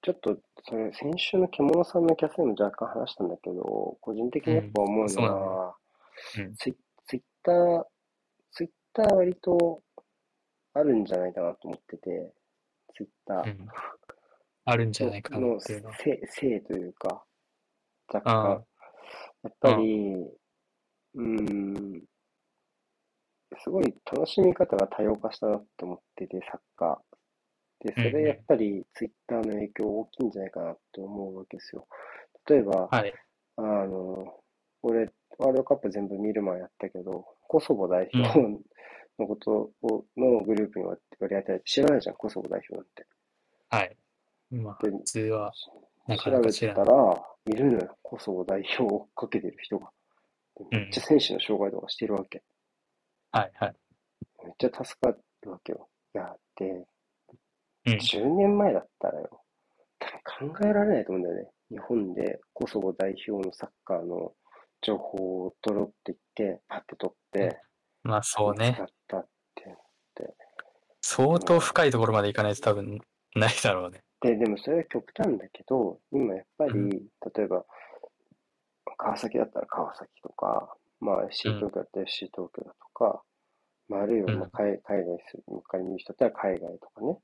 Speaker 1: ちょっと、それ、先週の獣さんのキャスでも若干話したんだけど、個人的にやっぱ思うのは、
Speaker 2: そうなんだうん
Speaker 1: ツイツイッター、ツイッター割とあるんじゃないかなと思ってて、ツイッター
Speaker 2: う。ん、あるんじゃないかな
Speaker 1: の
Speaker 2: っていうのは。
Speaker 1: せ性というか、若
Speaker 2: ああ
Speaker 1: 干、やっぱり、うーん、すごい楽しみ方が多様化したなって思ってて、サッカー。で、そ
Speaker 2: うんうん
Speaker 1: れやっぱりツイッターの影響大きいんじゃないかなって思うわけですよ。例えば、
Speaker 2: はい。
Speaker 1: あの、俺、ワールドカップ全部見る前やったけど、コソボ代表のことを、のグループに割り当てられて、知らないじゃん、コソボ代表なんて。
Speaker 2: はい。まあ、
Speaker 1: で
Speaker 2: 普通はなか
Speaker 1: 調
Speaker 2: なか
Speaker 1: べ
Speaker 2: 知
Speaker 1: て
Speaker 2: ら
Speaker 1: た
Speaker 2: ない。
Speaker 1: ら、いるのよ。コソボ代表を追っかけてる人が。
Speaker 2: うん
Speaker 1: めっちゃ選手の紹介とかしてるわけ。
Speaker 2: はいはい。
Speaker 1: めっちゃ助かるわけよ。いや、で、
Speaker 2: うん
Speaker 1: 10年前だったらよ、多分考えられないと思うんだよね。日本でコソボ代表のサッカーの情報を取ろうって言って、パッて取って、
Speaker 2: まあそうね
Speaker 1: 使。ったって。
Speaker 2: 相当深いところまでいかないと多分ないだろうね。
Speaker 1: で、でもそれは極端だけど、今やっぱり、
Speaker 2: うん
Speaker 1: 例えば、川崎だったら川崎とか、まあ FC 東京だったら FC 東京だとか、まあ、あるいは
Speaker 2: うん
Speaker 1: まあ海海外する、他に見る人だったら海外とかね、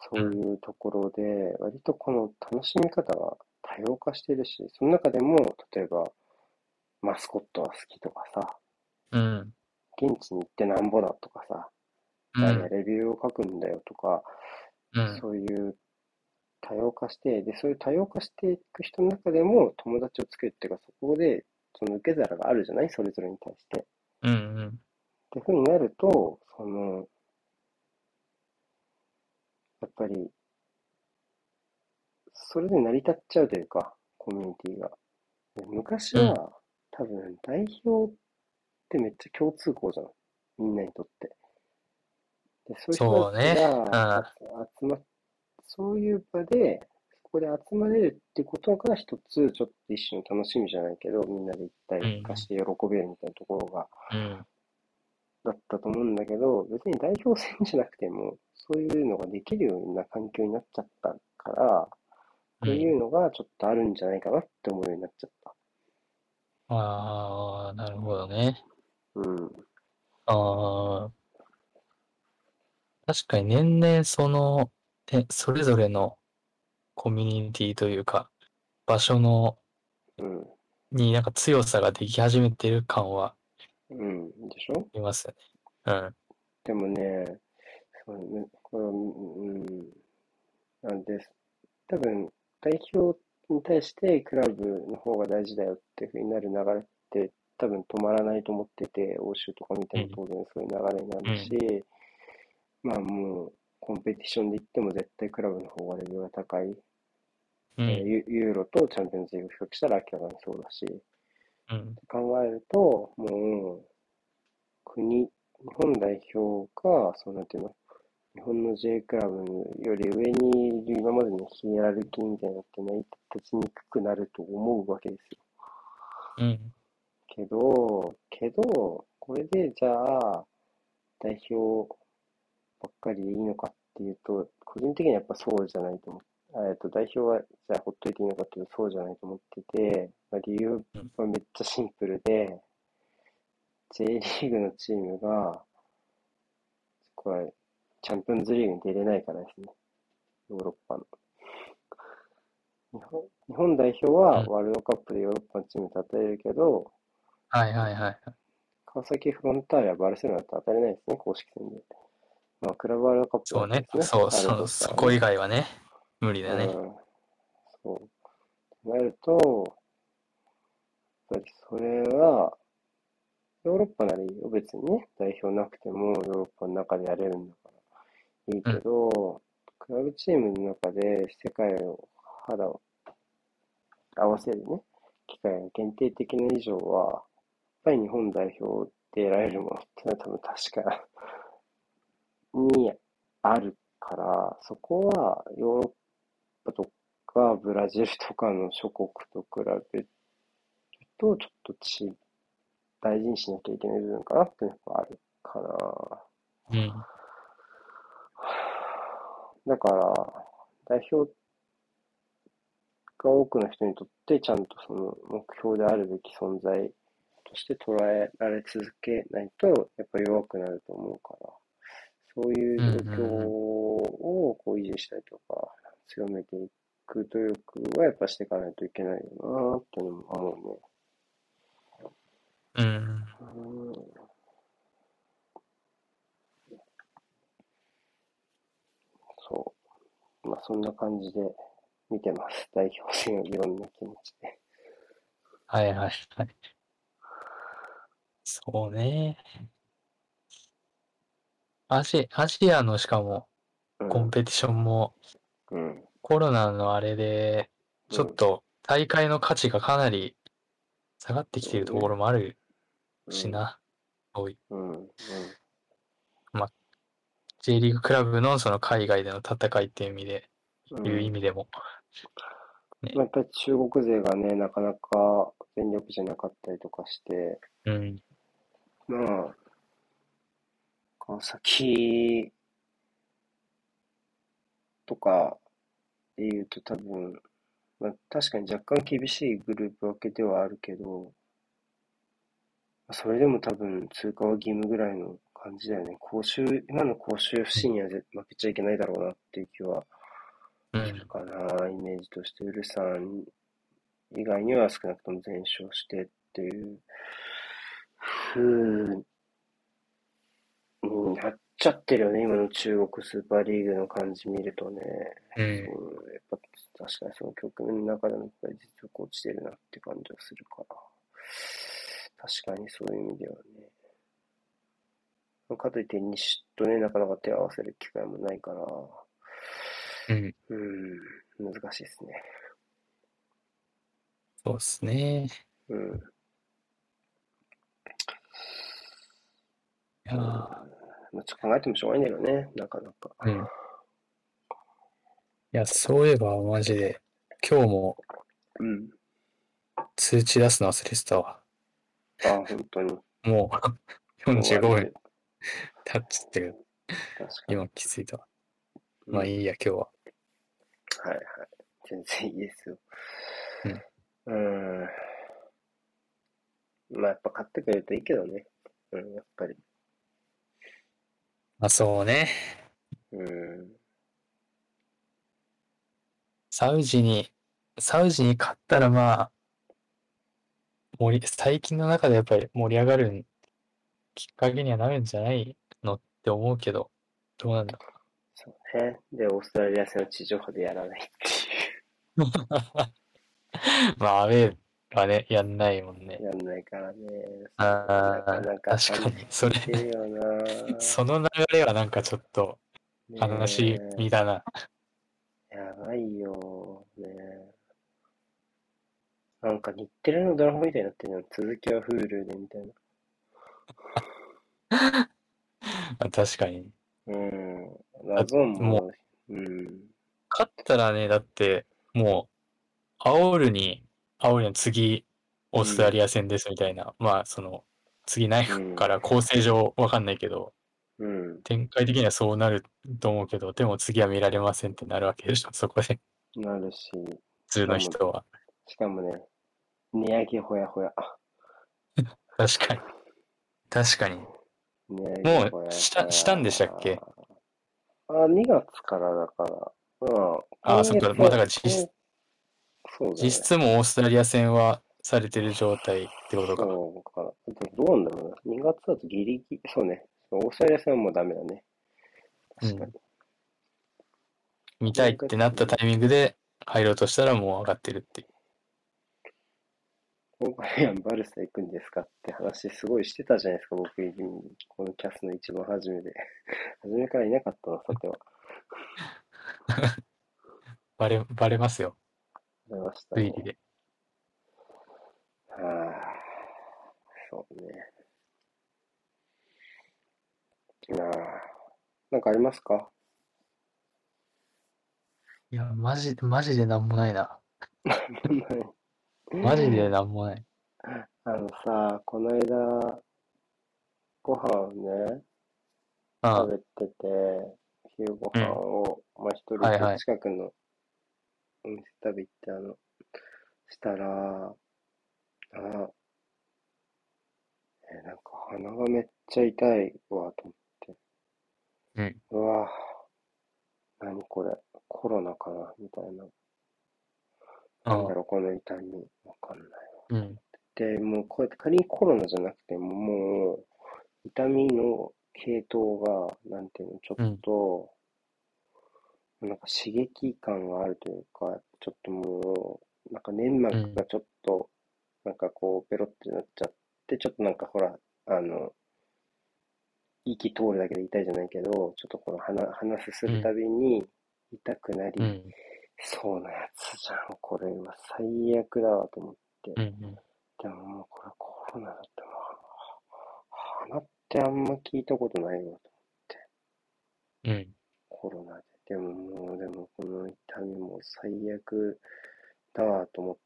Speaker 1: そういうところで、割とこの楽しみ方が多様化してるし、その中でも、例えば、マスコットは好きとかさ、
Speaker 2: うん。
Speaker 1: 現地に行ってなんぼだとかさ、
Speaker 2: う
Speaker 1: 誰が
Speaker 2: ん。
Speaker 1: レビューを書くんだよとか、
Speaker 2: うん。
Speaker 1: そういう多様化して、で、そういう多様化していく人の中でも友達を作るっていうか、そこで、その受け皿があるじゃないそれぞれに対して。っ
Speaker 2: うん。うん。
Speaker 1: ていうふうになると、その、やっぱり、それで成り立っちゃうというか、コミュニティが。で昔は、
Speaker 2: うん
Speaker 1: 多分、代表ってめっちゃ共通項じゃん。みんなにとって。で、そういう人たち
Speaker 2: そうね
Speaker 1: が集まっ、そういう場で、そこで集まれるってことが一つ、ちょっと一種の楽しみじゃないけど、みんなで一体化して喜べるみたいなところが、
Speaker 2: うん。
Speaker 1: だったと思うんだけど、別に代表戦じゃなくても、そういうのができるような環境になっちゃったから、っていうのがちょっとあるんじゃないかなって思うようになっちゃった。
Speaker 2: ああ、なるほどね。
Speaker 1: うん。
Speaker 2: ああ。確かに年々その、てそれぞれのコミュニティというか、場所の、
Speaker 1: うん。
Speaker 2: になんか強さができ始めてる感は
Speaker 1: うん。でしょ
Speaker 2: ありますよね。うん。
Speaker 1: でもね、そうね、これは、うん、なんです。多分、代表に対してクラブの方が大事だよっていうふうになる流れって、多分止まらないと思ってて、欧州とか見ても当然そういう流れになるし、まあもう、コンペティションで言っても絶対クラブの方がレベルが高い。
Speaker 2: う
Speaker 1: えー
Speaker 2: ん。
Speaker 1: ユユーロとチャンピオンズリーグを比較したら明らかにそうだし、
Speaker 2: うん。
Speaker 1: 考えると、もう、国、日本代表が、そうなんていうの、日本の J クラブより上にいる今までのヒエラルキーみたいなのって成り立ちにくくなると思うわけですよ。
Speaker 2: うん。
Speaker 1: けど、けど、これでじゃあ、代表ばっかりでいいのかっていうと、個人的にはやっぱそうじゃないと思う。えっと、代表は、じゃあ、ほっといていいのかっていうと、そうじゃないと思ってて、まあ、理由はめっちゃシンプルで、J リーグのチームが、これ、チャンピオンズリーグに出れないからですね。ヨーロッパの。日本日本代表はワールドカップでヨーロッパのチームに立てれるけど、
Speaker 2: はいはいはい。
Speaker 1: 川崎フロンターレはバルセロナと当たれないですね、公式戦で。まあ、クラブワールドカップ
Speaker 2: そうね。
Speaker 1: です
Speaker 2: そう、
Speaker 1: あ
Speaker 2: そ
Speaker 1: れ
Speaker 2: う、
Speaker 1: です
Speaker 2: そ
Speaker 1: から
Speaker 2: こ以外はね、無理だ
Speaker 1: う
Speaker 2: ね。
Speaker 1: ん、そう。なると、やっぱりそれは、ヨーロッパならいいよ、別にね。代表なくてもヨーロッパの中でやれるんだから。いいけど、クラブチームの中で世界を肌を合わせるね、機会が限定的な以上は、やっぱり日本代表で得られるものってのは多分確かにあるから、そこはヨーロッパとかブラジルとかの諸国と比べると、ちょっとち大事にしなきゃいけない部分かなっていうのがあるから、
Speaker 2: うん。
Speaker 1: だから、代表が多くの人にとって、ちゃんとその目標であるべき存在として捉えられ続けないと、やっぱ弱くなると思うから、そういう状況をこう維持したりとか、強めていく努力はやっぱしていかないといけないよなってのも思
Speaker 2: うん。
Speaker 1: うね。そう。まあそんな感じで見てます。代表戦をいろんな気持ちで。
Speaker 2: はいはいはい。そうね。アジ、アジアのしかも
Speaker 1: うん
Speaker 2: コンペティションも
Speaker 1: うん。
Speaker 2: コロナのあれで、ちょっと大会の価値がかなり下がってきているところもあるしな。多い。
Speaker 1: うん、うん。
Speaker 2: J リーグクラブのその海外での戦いっていう意味で、
Speaker 1: うん
Speaker 2: いう意味でも。
Speaker 1: まあやっぱり中国勢がね、なかなか全力じゃなかったりとかして、
Speaker 2: うん。
Speaker 1: まあ、川崎とかで言うと多分、まあ確かに若干厳しいグループ分けではあるけど、まあそれでも多分通過は義務ぐらいの感じだよね。公衆、今の公衆不審には絶負けちゃいけないだろうなっていう気は
Speaker 2: う
Speaker 1: する
Speaker 2: ん。
Speaker 1: かな、イメージとして、ウルさん以外には少なくとも全勝してっていうふうになっちゃってるよね、今の中国スーパーリーグの感じ見るとね。
Speaker 2: う
Speaker 1: うん、
Speaker 2: ん
Speaker 1: や。っぱ確かにその局面の中でもやっぱり実力落ちてるなって感じはするから。確かにそういう意味ではね。かといって西とね、なかなか手を合わせる機会もないから。
Speaker 2: うん。
Speaker 1: うん、難しいですね。
Speaker 2: そうですね。
Speaker 1: うん。
Speaker 2: いやー
Speaker 1: まあ、ちょっと考えてもしょうがないんだよね、なかなか。
Speaker 2: うん。いや、そういえば、マジで、今日も
Speaker 1: うん。
Speaker 2: 通知出すの忘れてたわ。
Speaker 1: ああ、本当に。
Speaker 2: も
Speaker 1: <laughs>
Speaker 2: う、45
Speaker 1: 終わる
Speaker 2: 分経っちゃってる。
Speaker 1: 確かに。
Speaker 2: 今気づいたわ。まあ
Speaker 1: い。
Speaker 2: いいや、今日は。
Speaker 1: はいはい。全然いいですよ。うん。まあ、やっぱ買ってくれるといいけどね。うん、やっぱり。
Speaker 2: まあそうね。
Speaker 1: うん。
Speaker 2: サウジに、サウジに勝ったらまあ、盛り、最近の中でやっぱり盛り上がるきっかけにはなるんじゃないのって思うけど、どうなんだろ
Speaker 1: そうね。で、オーストラリア戦を地上波でやらないっ
Speaker 2: う。 <laughs> まあ、アウェーはね、やんないもんね <laughs>
Speaker 1: ていう。。やんないからね。
Speaker 2: ああ、
Speaker 1: なかなか
Speaker 2: 確かに、それ、
Speaker 1: 悲しいよな。
Speaker 2: <laughs> その流れはなんかちょっと悲し
Speaker 1: ねえ
Speaker 2: みだな。
Speaker 1: やばいよーねー。なんか日テレのドラマみたいになってるの。続きは Hulu でみたいな。
Speaker 2: まあ確かに。
Speaker 1: うん。ラゾンも、うん。
Speaker 2: 勝ったらね、だって、もう、アオールに、アオールの次、オーストラリア戦ですみたいな、まあ、その、次ないから構成上わかんないけど、
Speaker 1: うん。
Speaker 2: 展開的にはそうなると思うけど、でも次は見られませんってなるわけで
Speaker 1: <laughs>
Speaker 2: しょ、そこで、
Speaker 1: なるし、
Speaker 2: 普通の人は。
Speaker 1: しかもね、値上げほやほや。
Speaker 2: 確かに。確かに。
Speaker 1: 値上げほやほや。
Speaker 2: したしたんでしたっけ
Speaker 1: あ、2月からだから。まあ、
Speaker 2: あそっか
Speaker 1: 今月
Speaker 2: まあだから
Speaker 1: は
Speaker 2: 実質
Speaker 1: そうだね
Speaker 2: 実質もうオーストラリア戦はされてる状態ってことか。
Speaker 1: そうか。でもどうなんだろうな。2月だとギリギリ、そうね。オーストラリア戦はもうダメだね。
Speaker 2: うん
Speaker 1: 確かに。
Speaker 2: 見たいってなったタイミングで入ろうとしたらもう上がってるっていう。
Speaker 1: 今回はバルサ行くんですかって話すごいしてたじゃないですか、僕、このキャスの一番初めで。 <laughs> 初めからいなかったな、さては。
Speaker 2: バレ、バレますよ、
Speaker 1: ありました
Speaker 2: 推
Speaker 1: ね。
Speaker 2: 理で。
Speaker 1: はあ、そうね。なあ、なんかありますか <laughs>
Speaker 2: いや、マジ、マジでなんもないな。マ
Speaker 1: マ
Speaker 2: ジでなんもない。
Speaker 1: あのさ、この間、ご飯をね、
Speaker 2: あ
Speaker 1: 食べてて、昼ご飯を、まあ一人
Speaker 2: はいは
Speaker 1: で
Speaker 2: い
Speaker 1: 近くのお店食べ行って、あの、したら、あ、え、なんか鼻がめっちゃ痛いわ、と思って。
Speaker 2: うん。
Speaker 1: うわぁ、何これ、コロナかな、みたいな。
Speaker 2: あ、
Speaker 1: なんだろう、この痛み、わかんない。
Speaker 2: うん。
Speaker 1: で、もうこうやって仮にコロナじゃなくても、もう痛みの系統が、なんていうの、ちょっと、なんか刺激感があるというか、ちょっともう、なんか粘膜がちょっと、なんかこう、ペロってなっちゃって、ちょっとなんかほら、あの、息通るだけで痛いじゃないけど、ちょっとこの鼻、鼻すするたびに痛くなり
Speaker 2: う、ん。
Speaker 1: そうなやつじゃん、これは最悪だわと思って。
Speaker 2: うん。
Speaker 1: でももうこれコロナだってもってあんま聞いたことないわと。
Speaker 2: うん。
Speaker 1: コロナで。でももう、でもこの痛みも最悪だわと思っ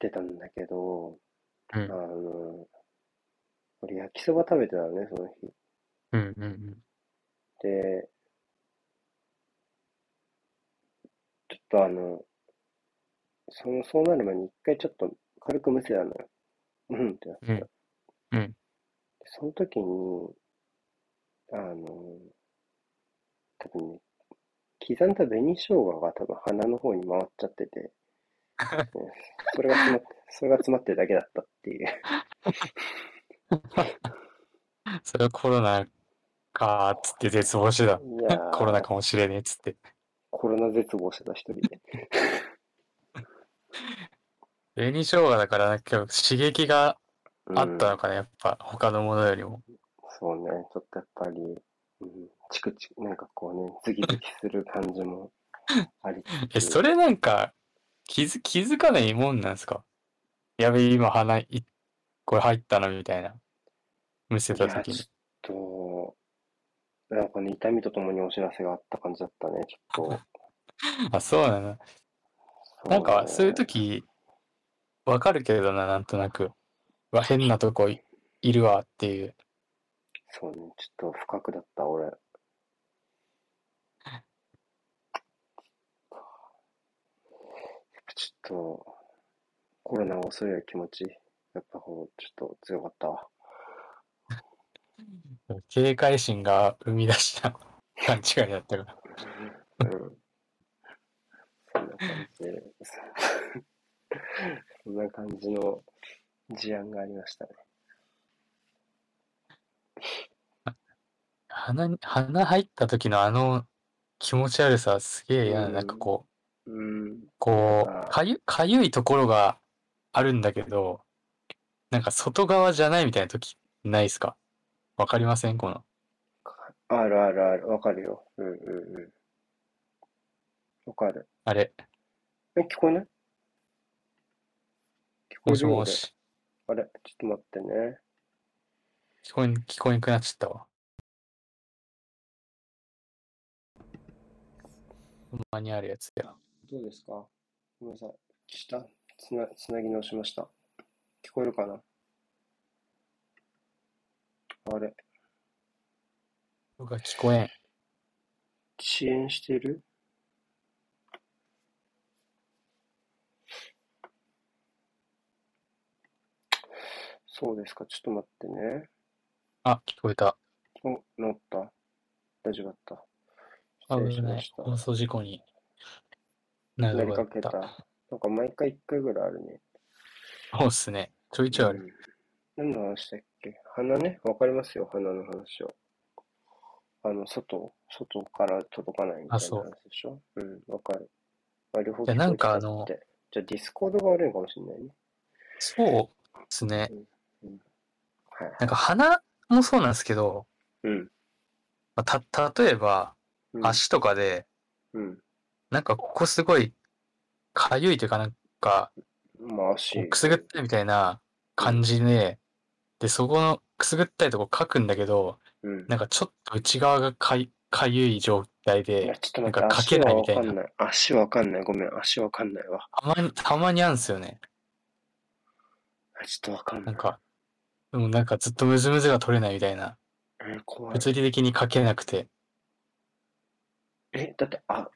Speaker 1: てたんだけど、
Speaker 2: う
Speaker 1: あ
Speaker 2: ん。
Speaker 1: の、俺焼きそば食べてたのね、その日。
Speaker 2: うん。うん。
Speaker 1: で、ちょっとあの、その、そうなる前に一回ちょっと軽くむせたのよ。うんってなってた。
Speaker 2: うんうん
Speaker 1: その時に、あの、多分ね、刻んだ紅生姜が多分鼻の方に回っちゃって
Speaker 2: <laughs>
Speaker 1: て、うんそれが詰まって、それが詰まってるだけだったって
Speaker 2: <laughs>
Speaker 1: いう。
Speaker 2: それはコロナかーっつって絶望してた。
Speaker 1: いやー
Speaker 2: コロナかもしれねえっつって。
Speaker 1: コロナ絶望してた一人で。
Speaker 2: 紅生姜だからなんか刺激があった
Speaker 1: う
Speaker 2: の
Speaker 1: ん
Speaker 2: かね、やっぱ他のものよりも。
Speaker 1: そうね、ちょっとやっぱり、うん、チクチク、なんかこうね、ズキズキする感じ
Speaker 2: <laughs>
Speaker 1: もあり
Speaker 2: え、
Speaker 1: つつ、
Speaker 2: それなんか気づ気づかないもんなんすかやべえ、今鼻い、これ入ったのみたいな。むせ
Speaker 1: い
Speaker 2: た
Speaker 1: や、
Speaker 2: 時
Speaker 1: ち
Speaker 2: に。
Speaker 1: ょっと、なんかね、痛みとともにお知らせがあった感じだったね、ちょっ
Speaker 2: あ、そうなの。
Speaker 1: と。
Speaker 2: なんかそういう
Speaker 1: とき
Speaker 2: 時、わかるけどな、なんとなく。うわ、変なとこいいるわっていう。
Speaker 1: そうね、ちょっと深くだった、
Speaker 2: <laughs>
Speaker 1: 俺。ちょっと、コロナを恐れる気持ち、やっぱこう、ちょっと強かったわ。
Speaker 2: 警戒心が生み出
Speaker 1: <laughs>
Speaker 2: した勘違いだったから。
Speaker 1: うんそんな感じ <laughs> で、そんな感じの事案がありましたね。
Speaker 2: 鼻に、鼻入った時のあの気持ち悪さすげえ嫌な、
Speaker 1: うん
Speaker 2: なんかこう、
Speaker 1: うん。
Speaker 2: こ
Speaker 1: あー
Speaker 2: う、かゆ、かゆいところがあるんだけど、なんか外側じゃないみたいな時ないっすかわかりませんこの。
Speaker 1: あるあるある、わかるよ。うんうんうん。わかる。
Speaker 2: あれ、
Speaker 1: え、聞こえない聞こえ
Speaker 2: も
Speaker 1: る
Speaker 2: しもし。
Speaker 1: 俺あれ、ちょっと待ってね。
Speaker 2: 聞こえん、聞こえんくなっちゃったわ。ほんまにあるやつや。
Speaker 1: どうですかごめんなさい。したつな、つなぎ直しました。聞こえるかなあれ、
Speaker 2: 僕は聞こえん。
Speaker 1: 遅延してるそうですか、ちょっと待ってね。
Speaker 2: あ、聞こえた。
Speaker 1: お、治った。大丈夫だった。失礼
Speaker 2: 危
Speaker 1: し
Speaker 2: な
Speaker 1: ま
Speaker 2: い
Speaker 1: し。た。
Speaker 2: 放送事故にな
Speaker 1: な
Speaker 2: る
Speaker 1: り
Speaker 2: と
Speaker 1: か
Speaker 2: こ
Speaker 1: け
Speaker 2: だったた。。
Speaker 1: なんか毎回1回ぐらいあるね。
Speaker 2: そうっすね。ちょいちょいあ
Speaker 1: う
Speaker 2: る。
Speaker 1: ん何の話だっけ鼻ね。わかりますよ、鼻の話を。あの、外、外から届かないみたい
Speaker 2: あ
Speaker 1: な
Speaker 2: そう
Speaker 1: 話でしょうん、わかる。まあ、両方
Speaker 2: い
Speaker 1: 聞こ
Speaker 2: や
Speaker 1: え
Speaker 2: なんか
Speaker 1: てた
Speaker 2: あの
Speaker 1: って。じゃあ、ディスコードが悪いのかもしれないね。
Speaker 2: そうですね。
Speaker 1: はいはい。
Speaker 2: なんか鼻もそうなんですけど、
Speaker 1: うん。
Speaker 2: まあた、例えば
Speaker 1: うん。
Speaker 2: 足とかで、
Speaker 1: うん。
Speaker 2: なんかここすごいかゆいというかなんか、
Speaker 1: まあ、足。
Speaker 2: くすぐったいみたいな感じで、で、そこのくすぐったいとこ書くんだけど、
Speaker 1: うん。
Speaker 2: なんかちょっと内側がかいかゆい状態
Speaker 1: いや
Speaker 2: で、
Speaker 1: ちょっと待って、
Speaker 2: なんか書け
Speaker 1: 足
Speaker 2: ない
Speaker 1: は
Speaker 2: み
Speaker 1: わ
Speaker 2: たい
Speaker 1: か
Speaker 2: なん
Speaker 1: ない。足わかんない。ごめん、足わかんないわ。
Speaker 2: たまに、たまにあるんですよね。
Speaker 1: あちょっとわかんな
Speaker 2: ないん。か、うん、なんかずっとムズムズが取れないみたいな。
Speaker 1: え、怖い。
Speaker 2: 物理的に書けなくて。
Speaker 1: え、だって、あ、あ、だ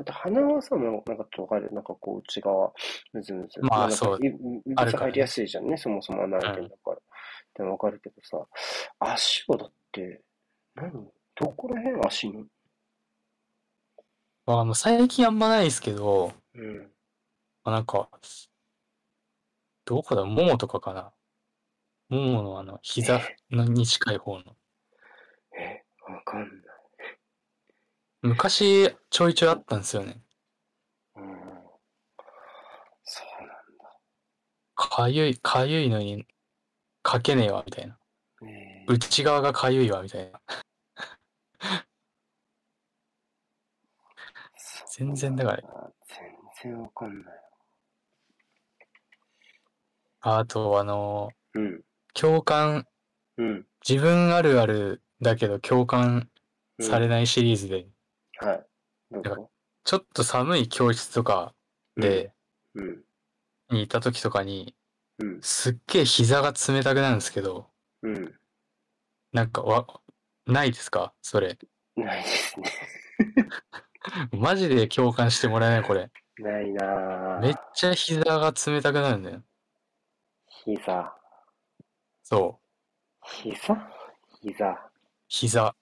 Speaker 1: って鼻はさ、もうなんかわかる、なんかこう内側、むずむず。
Speaker 2: まあ
Speaker 1: なんか
Speaker 2: そう
Speaker 1: いいい
Speaker 2: あ
Speaker 1: びつ
Speaker 2: るからね
Speaker 1: 入りやすいじゃんね、そもそも穴開いてんだから。でもわかるけどさ、足はだって、何どこら辺足の
Speaker 2: まあ、もう最近あんまないですけど、
Speaker 1: うん。
Speaker 2: まあ、なんか、どこだ、ももとかかな。もものあの、膝のに近い方の。
Speaker 1: え、わかんない。
Speaker 2: 昔、ちょいちょいあったんですよね。
Speaker 1: うん。そうなん
Speaker 2: かゆい、かゆいのに書けねえわ、みたいな。
Speaker 1: だね。
Speaker 2: 内側がかゆいわ、みたいな。
Speaker 1: そう
Speaker 2: 全然だから。
Speaker 1: あ全然わかんない。
Speaker 2: あと、あの、
Speaker 1: うん。
Speaker 2: 共感
Speaker 1: うん。
Speaker 2: 自分あるあるだけど共感
Speaker 1: うん
Speaker 2: されないシリーズで、
Speaker 1: はい。どうぞ。
Speaker 2: ちょっと寒い教室とかで、
Speaker 1: うん。
Speaker 2: にいた時とかに、
Speaker 1: うん。
Speaker 2: すっげえ膝が冷たくなるんですけど、
Speaker 1: うん。
Speaker 2: なんかわ、ないですかそれ。
Speaker 1: ないですね。
Speaker 2: マジで共感してもらえないこれ。
Speaker 1: ないな
Speaker 2: めっ
Speaker 1: ぁ。
Speaker 2: ちゃ膝が冷たくなるんだよ。
Speaker 1: 膝。
Speaker 2: そう。
Speaker 1: 膝膝。
Speaker 2: 膝。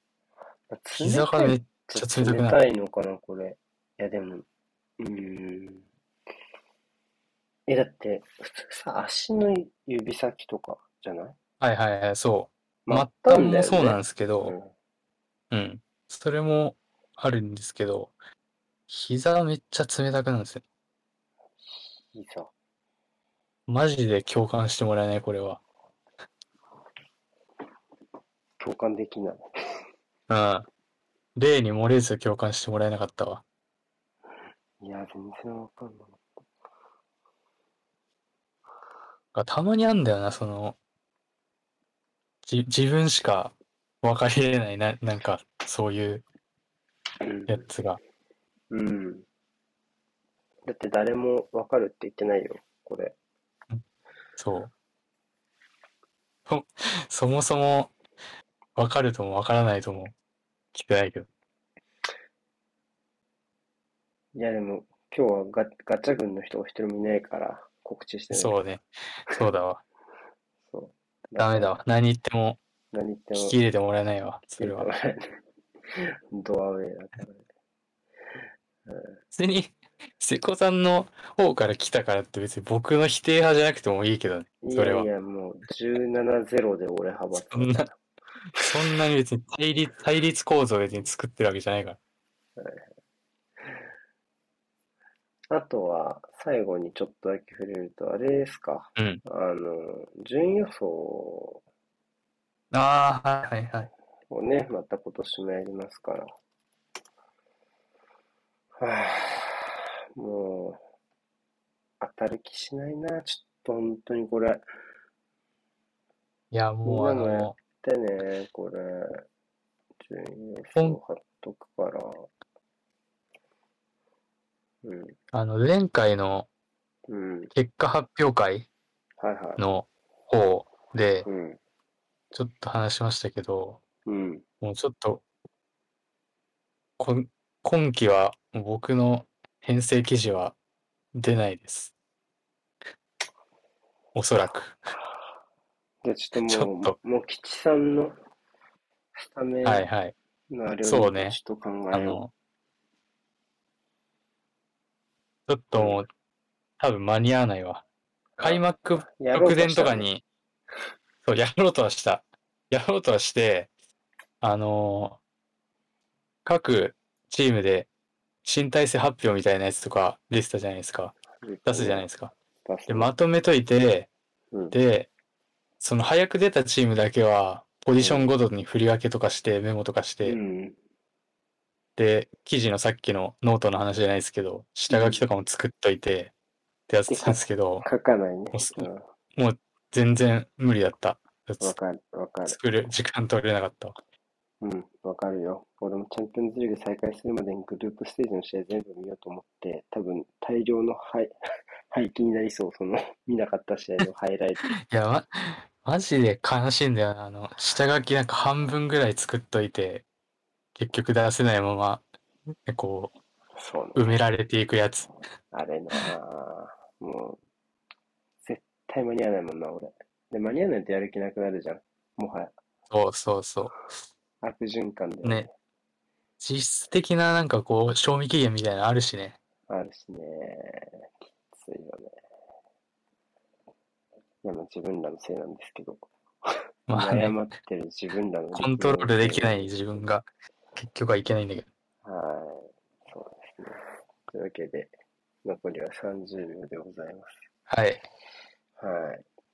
Speaker 2: 膝がめっちゃ冷たく
Speaker 1: 冷
Speaker 2: なる
Speaker 1: たいのかな、これ。いや、でも、うーん。え、だって、普通さ、足の指先とかじゃない
Speaker 2: はいはいはい、そう。
Speaker 1: 末
Speaker 2: 末
Speaker 1: 端
Speaker 2: 端
Speaker 1: だよ
Speaker 2: も
Speaker 1: ね
Speaker 2: そうなんですけど、
Speaker 1: うん
Speaker 2: うん。それもあるんですけど、膝めっちゃ冷たくなるんですよ。
Speaker 1: 膝。
Speaker 2: マジで共感してもらえない、これは。
Speaker 1: 共感できない。
Speaker 2: うん。例に漏れず共感してもらえなかったわ。
Speaker 1: いや、全然わかんない。
Speaker 2: あたまにあんだよな、その、じ、自分しか分かり得ないな、なんか、そういうやつが。
Speaker 1: うん。うん。だって誰もわかるって言ってないよ、これ。
Speaker 2: そう。そ、そもそも、分かるとも分からないとも、聞いてないけど。
Speaker 1: いや、でも、今日はガ、ガチャ軍の人が一人もいないから、告知してない。
Speaker 2: そうね。そうだわ。
Speaker 1: そう。
Speaker 2: ダメだわ。何言っても
Speaker 1: 何言っても
Speaker 2: 聞き入れてもらえないわ。それは。
Speaker 1: ドアウェイだった
Speaker 2: 別に、瀬古さんの方から来たからって別に僕の否定派じゃなくてもいいけどね。
Speaker 1: い
Speaker 2: それ
Speaker 1: や。
Speaker 2: はい
Speaker 1: や、もう17-0で俺派閥
Speaker 2: そんな、そんなに別に対立、対立構造を別に作ってるわけじゃないから。
Speaker 1: あとは、最後にちょっとだけ触れると、あれですか。
Speaker 2: うん
Speaker 1: あの、順位予想を
Speaker 2: ああ、はいはいはい。
Speaker 1: ね、また今年もやりますから。はぁ、もう、当たる気しないな。ちょっと本当にこれ。
Speaker 2: いや、もうあ
Speaker 1: みんなの
Speaker 2: の、
Speaker 1: でね、これ、順位予想貼っとくから。うん、
Speaker 2: あの、前回の
Speaker 1: うん、
Speaker 2: 結果発表会
Speaker 1: はいはい。
Speaker 2: の方で、
Speaker 1: うん、
Speaker 2: ちょっと話しましたけど、
Speaker 1: うん、
Speaker 2: もうちょっと、こん今期はもう僕の編成記事は出ないです。おそらく。
Speaker 1: じゃあちょっ
Speaker 2: ち
Speaker 1: とも
Speaker 2: ょ
Speaker 1: う、
Speaker 2: っと
Speaker 1: もう吉さんのスタメン
Speaker 2: はいはい。
Speaker 1: のあれ
Speaker 2: そ
Speaker 1: を
Speaker 2: うね
Speaker 1: ちょっと考
Speaker 2: あ
Speaker 1: えよ
Speaker 2: の、ちょっともう、多分間に合わないわ。開幕
Speaker 1: う。やろうと
Speaker 2: 直前
Speaker 1: し
Speaker 2: と
Speaker 1: た
Speaker 2: か
Speaker 1: ね。
Speaker 2: に、そう、やろうとはした。やろうとはして、あのー各チームで新体制発表みたいなやつとか出てたじゃないですか。出すじゃない
Speaker 1: い
Speaker 2: ですか。
Speaker 1: 出す
Speaker 2: で、
Speaker 1: ね
Speaker 2: まとめといて、
Speaker 1: うん、
Speaker 2: で、その早く出たチームだけは、ポジションごとに振り分けとかして、メモとかし
Speaker 1: う
Speaker 2: て、
Speaker 1: ん、
Speaker 2: で、記事のさっきのノートの話じゃないですけど、下書きとかも作っといて、ってやつなんですけど、
Speaker 1: 書かないね。
Speaker 2: もうす
Speaker 1: うん、
Speaker 2: 全然無理だった。
Speaker 1: わかる、わかる。
Speaker 2: 作る時間取れなかったわ。
Speaker 1: うん、わかるよ。俺もチャンピオンズリーグ再開するまでにグループステージの試合全部見ようと思って、多分大量の廃 <laughs> 廃棄になりそう、その見なかった試合のハイライト。
Speaker 2: いや、ま、マジで悲しいんだよな。あの、下書きなんか半分ぐらい作っといて、結局出せないまま、こ
Speaker 1: そうね。
Speaker 2: う、埋められていくやつ。
Speaker 1: あれなぁ。もう、絶対間に合わないもんな、俺。で、間に合わないとやる気なくなるじゃん。もはや、
Speaker 2: そうそうそ
Speaker 1: 悪循環で、
Speaker 2: う。ね。実質的ななんかこう、賞味期限みたいなのあるしね。
Speaker 1: あるしね。きついよね。いや、もう自分らのせいなんですけど。
Speaker 2: まあね、
Speaker 1: 悩まってる自分らの。
Speaker 2: コントロールできない自分が、結局はいけないんだけど。
Speaker 1: はい、そうですね。というわけで、残りは30秒でございます。
Speaker 2: はい。
Speaker 1: はい。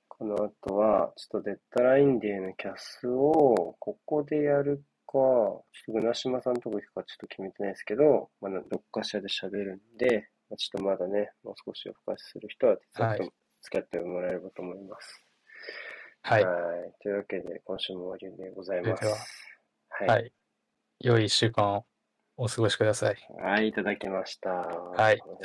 Speaker 1: この後は、ちょっとデッドラインデーのキャスを、ここでやるか、ちょっと船島さんとこ行くかちょっと決めてないですけど、まあ、どっかしらで喋るんで、まあちょっとまだね、もう少しお話しする人は、手伝っても、付き合ってもらえればと思います。
Speaker 2: はい。
Speaker 1: はい。というわけで、今週も終わりでござい
Speaker 2: それ
Speaker 1: ます
Speaker 2: で。は、
Speaker 1: はい。
Speaker 2: はい。良い一週間をお過ごしください。
Speaker 1: はい、いただきました。は
Speaker 2: はい。いただきます